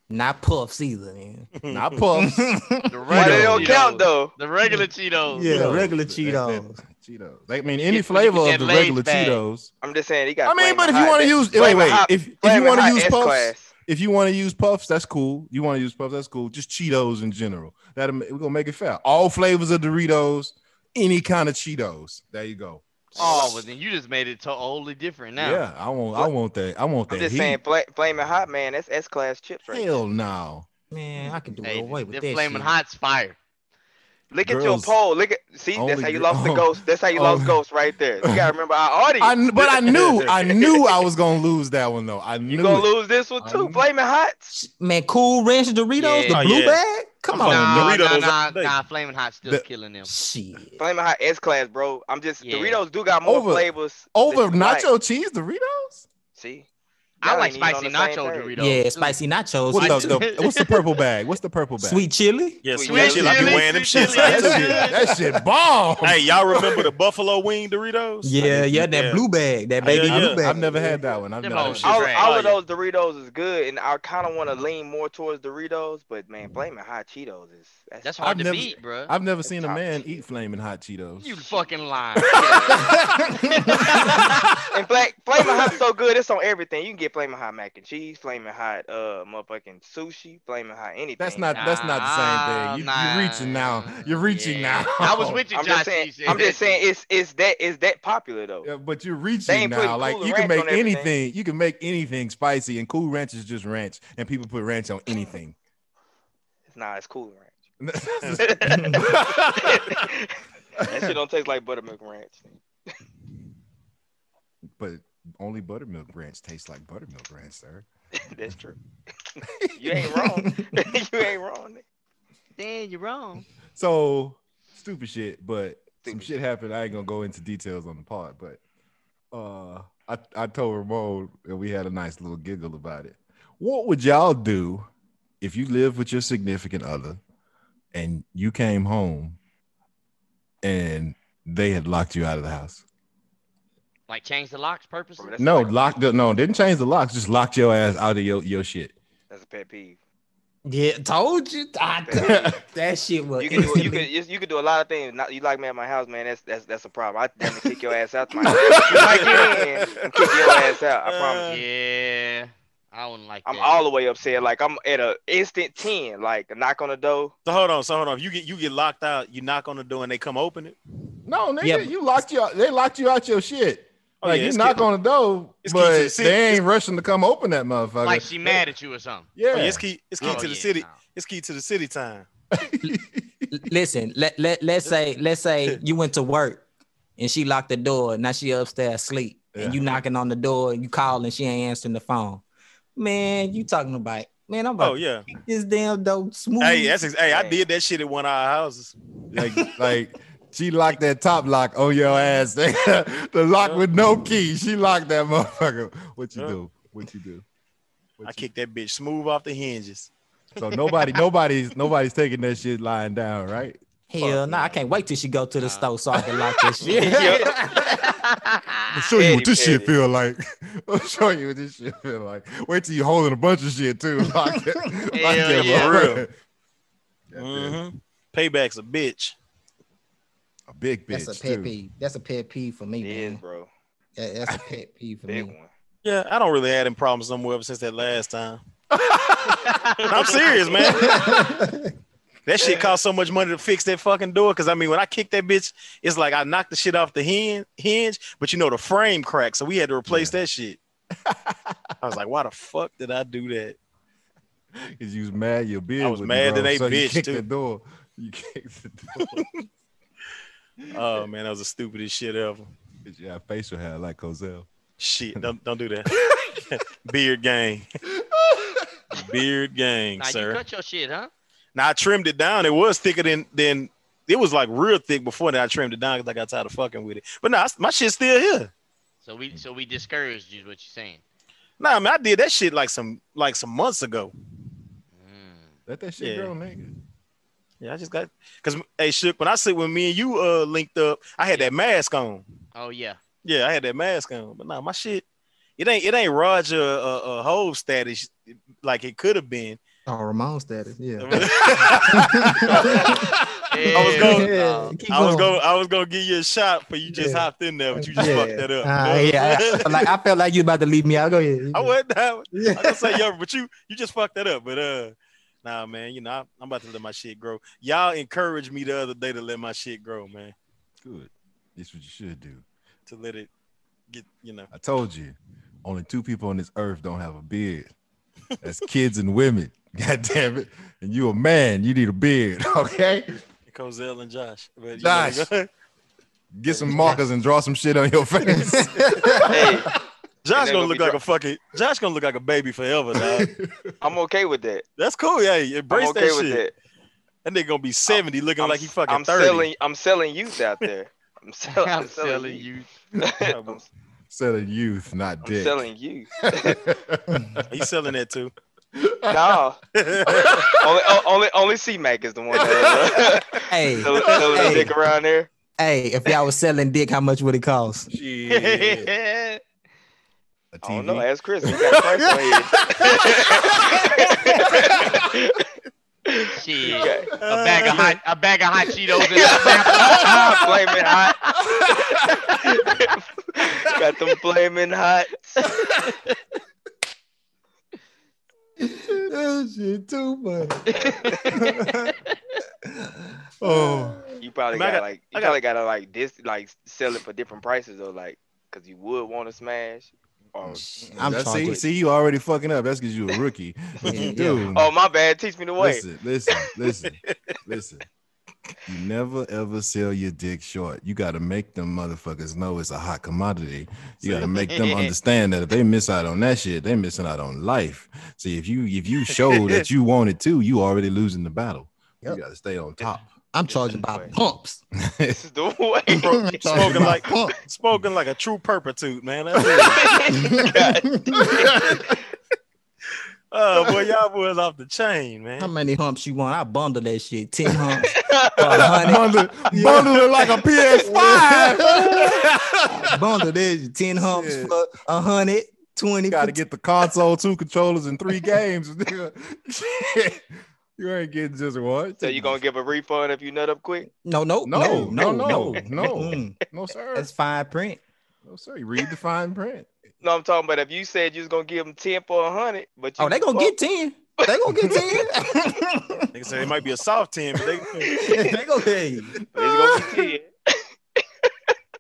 Not puffs either, man.
not puffs.
The
Why
regular
they don't
Cheetos.
count though?
The regular Cheetos.
Yeah,
Cheetos.
regular
That- that-
Cheetos.
Cheetos. I mean, any
get-
flavor
you
of
get
the
that laid
regular
back.
Cheetos.
I'm just saying he got.
I mean,
Flamin'
but if you
Hot
want to
that-
use wait
Flamin'
wait
Hot-
if if you
Flamin'
want to
Hot
use puffs,
S-Class.
if you want to use puffs, that's cool. You want to use puffs, that's cool. Just Cheetos in general. That we're gonna make it fair. All flavors of Doritos, any kind of Cheetos. There you go.
Oh, well then you just made it totally different now.
Yeah, I want. I want that. I want
I'm
that.
just
heat.
saying, fla- flaming hot man, that's S class chips right
Hell no.
Man, I can do
Hey,
away
the,
with
the
that.
flaming
shit.
hot's fire.
there. Look at your
Girls-
poll. Look at see, that's
Only
how you
gir-
lost the
oh,
ghost. That's how you lost
oh.
ghost right there. You gotta remember our audience.
I kn- but I knew. I knew I was gonna lose that one though. I knew.
You gonna
it.
lose this one
I
too.
knew-
Flaming hot.
Sh- Man, cool ranch Doritos,
Yeah.
Oh,
the blue
yeah.
bag. Come
I'm
on,
fucking
Nah,
man.
Doritos
nah,
all
nah,
day.
nah, flaming hot still
The-
killing them.
Shit.
Flaming hot S class, bro. I'm just
Yeah.
Doritos do got more
Over-
flavors.
over
than- like,
nacho cheese Doritos.
See,
I
Y'all
like
ain't even on
spicy
the same
nacho
page.
Doritos.
Yeah,
too.
spicy nachos.
What
I
the,
Sweet,
do-
the- what's the purple bag? What's the purple bag?
sweet chili.
Yeah,
Sweet
sweet chili. I be
chili,
wearing them
sweet
shits.
chili.
That
That
shit,
shit.
that shit bomb.
Hey, y'all remember the buffalo wing Doritos?
Yeah, yeah, that
yeah.
blue bag, that
Yeah,
baby
yeah.
blue bag.
I've never had that one. I've
Them
never had
old shit
that.
all,
Right.
all of
Oh,
those Doritos is good, and I kind of want to lean more towards Doritos, but man, flaming hot Cheetos is
That's
I've
hard to
never-
beat, bro.
I've never seen a
Top
man
tier.
eat flaming hot Cheetos.
You fucking lying.
And fla- flaming hot's so good, it's on everything. You can get flaming hot mac and cheese, flaming hot uh motherfucking sushi, flaming hot anything.
That's not that's not the same thing. You,
Nah,
You're reaching now.
nah.
You're reaching
Yeah.
now.
I was with you,
I'm
Josh.
just saying.
you said
I'm just
that.
saying it's it's that it's that popular though.
Yeah, but you're
They
reaching
ain't putting
now. Like
Cool
you can
Ranch on
make
everything.
anything. You can make anything spicy, and Cool Ranch is just ranch, and people put ranch on anything.
It's not as cool ranch.
but
that shit don't taste like buttermilk ranch.
only buttermilk ranch tastes like buttermilk ranch, sir.
That's true. you ain't wrong. you ain't wrong.
Damn, you're wrong.
So stupid shit, but some
Stupid.
shit happened. I ain't gonna go into details on the pod, but uh I, I told Ramon and we had a nice little giggle about it. What would y'all do if you lived with your significant other and you came home and they had locked you out of the house?
Like change the locks purposely.
Bro, That's
No,
like-
locked up. No, didn't change the locks, just locked your ass out of your, your shit.
That's a pet peeve.
Yeah, told you. I told you. that shit was.
You can do you
instantly-
can you, you can do a lot of things. Not you like me at my house, man. That's that's that's a problem. I damn near kick your ass out my house. You like me in, I'm kicking your ass out. I promise. you.
Yeah, I wouldn't like
I'm
that.
all the way upset. Like I'm at a instant ten. Like a knock on the door.
So hold on, so hold on. If you get you get locked out, you knock on the door and they come open it.
No, nigga,
Yeah, but-
you locked you out. They locked you out your shit.
Oh,
like
yeah,
you
it's
knock
key-
on the door,
it's key to
but
the city.
they ain't rushing to come open that motherfucker.
like oh, she mad at you or something.
Yeah.
Oh, yeah, it's key. It's key
Oh,
to the
yeah,
city.
nah.
It's key to the city time.
Listen, let let let's say let's say you went to work and she locked the door. Now she upstairs asleep,
Yeah.
and you knocking on the door. and You call and she ain't answering the phone. Man, you talking about? Man, I'm about
Oh yeah.
to kick this damn dope smooth.
Hey, that's ex- hey. I
Yeah.
did that shit at one of our houses.
like, like she locked that top lock on your ass. the lock with no key. She locked that motherfucker. What you
Yeah.
do? What you do? What
I
you-
kicked that bitch smooth off the hinges.
So nobody, nobody's, nobody's taking that shit lying down, right?
Hell no, I can't wait till she go to the
Nah.
store so I can lock this shit.
Ah,
I'm show you what this shit
Petty, petty.
feel like. I'm show you what this shit feel like. Wait till you holding a bunch of shit too. Like that, like that
yeah. Mm-hmm.
motherfucker.
Mhm. Payback's a bitch.
A big bitch.
That's a pet
too.
peeve. That's a pet peeve for me,
It is,
man.
bro.
That- That's a pet peeve for
Big
me.
one.
Yeah, I don't really had them problems somewhere ever since that last time. I'm serious, man. That shit cost so much money to fix that fucking door. Cause I mean, when I kicked that bitch, it's like I knocked the shit off the hin- hinge, but you know the frame cracked, so we had to replace that shit. I was like, why the fuck did I do that?
Cause you was mad your beard.
I was
wouldn't
mad
grow,
that they
so you
bitch,
kicked
too.
the door. You kicked the door.
Oh man, that was the stupidest shit ever.
'Cause you have facial hair like Cozell.
Shit, don't don't do that. Beard gang. Beard gang,
Nah, you
sir.
cut your shit, huh?
Now I trimmed it down. It was thicker than than it was like real thick before that I trimmed it down because I got tired of fucking with it. But nah, my shit's still here.
So we so we discouraged you. Is what you're saying?
Nah, I mean I did that shit like some like some months ago.
Mm.
Let that shit
Yeah.
grow, nigga.
Yeah, I just got because hey shook when I said when me and you uh linked up, I had that mask on.
Oh yeah.
Yeah, I had that mask on, but nah, my shit, it ain't it ain't Roger uh, uh Hove status like it could have been.
Oh, Ramon status. Yeah.
I was going,
Yeah, keep
I was
going.
going, I was gonna give you a shot, but you just
Yeah.
hopped in there, but you just
Yeah.
fucked that up.
Ah, yeah, I, I felt like I felt like you about to leave me out. Go ahead.
I wasn't. I, I
Yeah.
gonna say yo, but you you just fucked that up. But uh, nah, man, you know I, I'm about to let my shit grow. Y'all encouraged me the other day to let my shit grow, man,
Good. This what you should do.
to let it get, you know.
I told you, only two people on this earth don't have a beard. That's kids and women. God damn it. And you a man, you need a beard. Okay.
Cozell and Josh. But you
Josh.
know-
Get some markers and draw some shit on your face.
Hey,
Josh gonna
they gonna
look
be
like
dry.
a fucking Josh gonna look like a baby forever, dog.
I'm okay with that.
That's cool. Hey, embrace
I'm okay
that
with
shit.
that.
That nigga gonna be 70 looking
I'm,
like he fucking
I'm
30.
selling. I'm selling youth out there. I'm, sell, I'm, selling you. I'm, I'm
Selling youth, not dick.
selling you.
He's selling that too.
No, only o- only only C Mac is the one that uh,
Hey,
selling, selling
Hey.
the dick around there.
hey, if y'all was selling dick, how much would it cost?
Shit.
A
I don't know.
TV.
Ask Chris. We got Chris on here.
Shit.
You
A
got-
bag of hot a bag of hot Cheetos in
Ah, flaming hot. got them flaming hot.
that shit too much.
Oh,
You probably
I mean, I
got,
got-
like
I
you probably gotta like this like sell it for different prices or like because you would want to smash. Oh, Or,
I'm
That's- see,
sorry.
see, you already fucking up. That's because you a rookie.
Yeah,
Dude,
oh my bad, teach me the way.
listen, listen, listen, listen. You never ever sell your dick short. You got to make them motherfuckers know it's a hot commodity. You got to make them understand that if they miss out on that shit, they missing out on life. See, if you if you show that you want it too, you already losing the battle.
Yep.
You got to stay on top.
I'm charging by pumps.
This is the way.
I'm charging
Smoking
by
like-
pump.
Spoken like a true perpetude, man. That's it. oh boy, y'all boys off the chain, man.
How many humps you want? I bundle that shit. Ten humps.
bundle, bundle it like a PS5.
bundle that. Ten humps
Shit.
for a hundred twenty.
you got to get the console, two controllers, and three games. nigga. Shit. you ain't getting just one.
so you gonna give a refund if you nut up quick?
no, no,
No,
no, no,
no,
no,
no.
Mm-mm.
No, sir.
That's fine print.
No, sir. You read the fine print.
No, I'm talking about if you said you was gonna give them ten for a hundred, but you
Oh, they gonna get ten. They gonna get ten.
Nigga said it might be a soft 10, but they
they gonna hey,
It's gonna be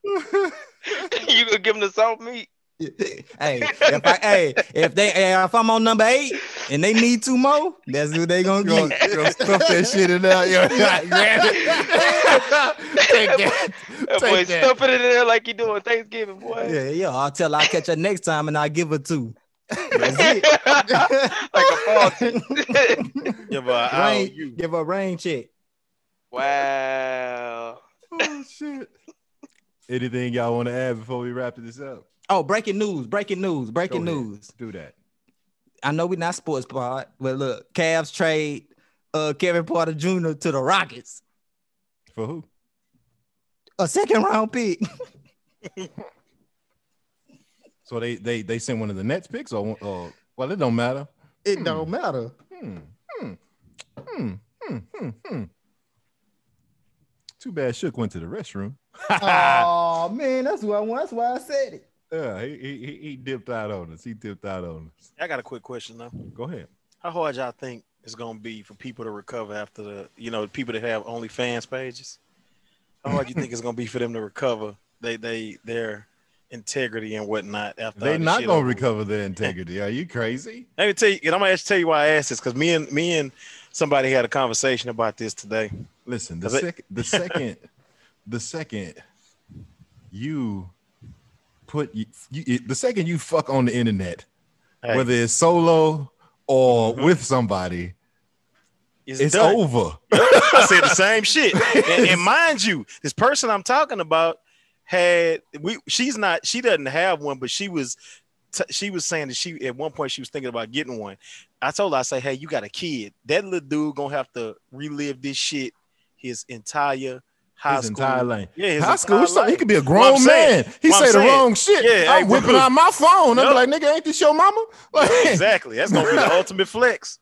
ten. you gonna give them the soft meat?
hey, if I, hey, if they, hey, if I'm on number eight and they need two more, that's who they gonna
You gonna,
get.
you gonna stuff that shit in there. You're like, grab it. Take that.
That boy
Take that.
stuffing it in there like you doing Thanksgiving, boy.
Yeah, yeah. I'll tell. her I'll catch her next time, and I'll give her two. That's it.
like a faulty.
give a I owe
Rain,
you.
give her a rain check.
wow.
Oh, shit. Anything y'all want to add before we wrap this up?
Oh, breaking news! Breaking news! Breaking
Go ahead.
news!
Do that.
I know we're not sports pod, but look, Cavs trade uh Kevin Porter Jr. to the Rockets,
For who?
a second round pick.
So they they they sent one of the Nets picks or, one- or well, it don't matter.
It don't matter.
Hmm. Hmm. Hmm. Hmm. Hmm. Hmm. Too bad Shook went to the restroom.
oh man, that's what I want. That's why I said it.
Yeah, he, he he- he dipped out on us. He dipped out on us.
I got a quick question though.
Go ahead.
How hard y'all think it's gonna be for people to recover after the you know, people that have OnlyFans pages? How hard you think it's gonna be for them to recover they they their integrity and whatnot after all
They
this
not
shit
gonna
over with?
recover their integrity. Are you crazy?
Let me tell you, and I'm gonna actually tell you why I asked this because me and me and somebody had a conversation about this today.
Listen, the
Cause it-
second, the second, the second you put you, you, the second you fuck on the internet,
Hey, Mm-hmm.
whether it's solo or with somebody,
It's,
It's
done.
over.
I said the same shit. And, and mind you, this person I'm talking about had we. She's not. She doesn't have one, but she was. t- she was saying that she at one point she was thinking about getting one. I told her I say, hey, you got a kid. That little dude gonna have to relive this shit his entire high
His
school.
entire life.
Yeah, his
High school,
entire
so he
life.
could be a
What
grown
I'm saying.
man. He
What I'm
say the
saying.
woo wrong shit.
Yeah,
I'm
hey,
whipping
boo-boo.
out my phone.
Yup.
I'm like, nigga, ain't this your mama? Like,
Exactly. That's gonna be the ultimate flex.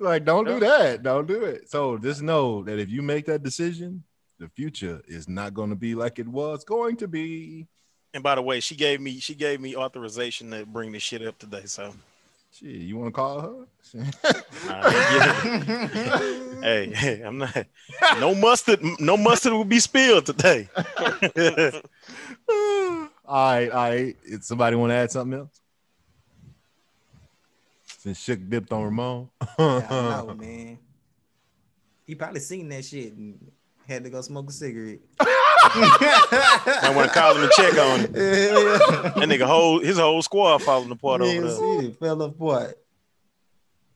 like don't
Yup.
do that. Don't do it. So just know that if you make that decision, the future is not going to be like it was going to be.
And by the way, she gave me she gave me authorization to bring this shit up today. So
Shit, you want to call her?
Nah, hey, hey, I'm not. No mustard. No mustard will be spilled today.
all right, all right. If somebody want to add something else? Since Shook dipped on Ramon.
I don't know, man. He probably seen that shit and had to go smoke a cigarette.
I want to call him and check on him.
Yeah.
That nigga whole his whole squad falling apart
Yeah,
over there.
see, it fell apart.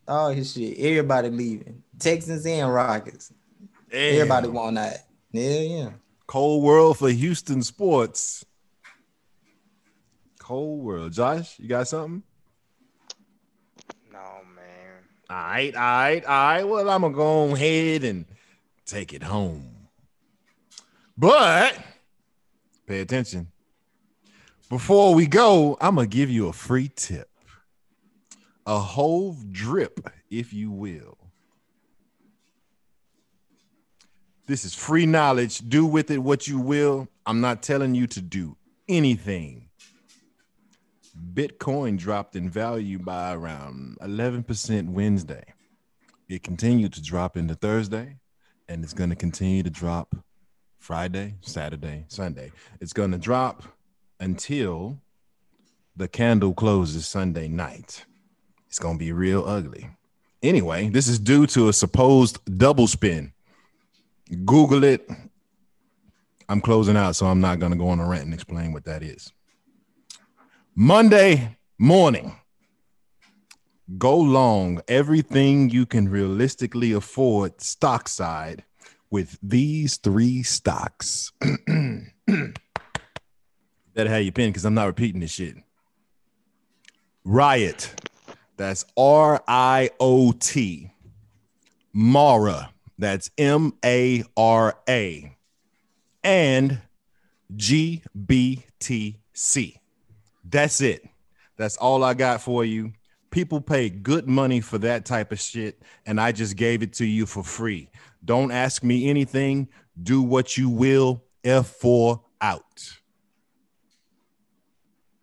All his shit. Everybody leaving. Texans and Rockets. Everybody
Damn.
want that. Yeah, yeah.
Cold world for Houston sports. Cold world. Josh, you got something?
No man.
All right, all right, all right. Well, I'm gonna go ahead and take it home. But pay attention. Before we go, I'm gonna give you a free tip. A hove drip, if you will. This is free knowledge. Do with it what you will. I'm not telling you to do anything. Bitcoin dropped in value by around 11% Wednesday. It continued to drop into Thursday, and it's going to continue to drop Friday, Saturday, Sunday. It's going to drop until the candle closes Sunday night. It's going to be real ugly. Anyway, this is due to a supposed double spin. Google it. I'm closing out, so I'm not going to go on a rant and explain what that is. Monday morning. Go long everything you can realistically afford stock side with these three stocks. Better have your pen because I'm not repeating this shit. Riot. That's R I O T. Mara. That's M A R A. And G B T C. That's it. That's all I got for you. People pay good money for that type of shit, and I just gave it to you for free. Don't ask me anything. Do what you will. F4 out.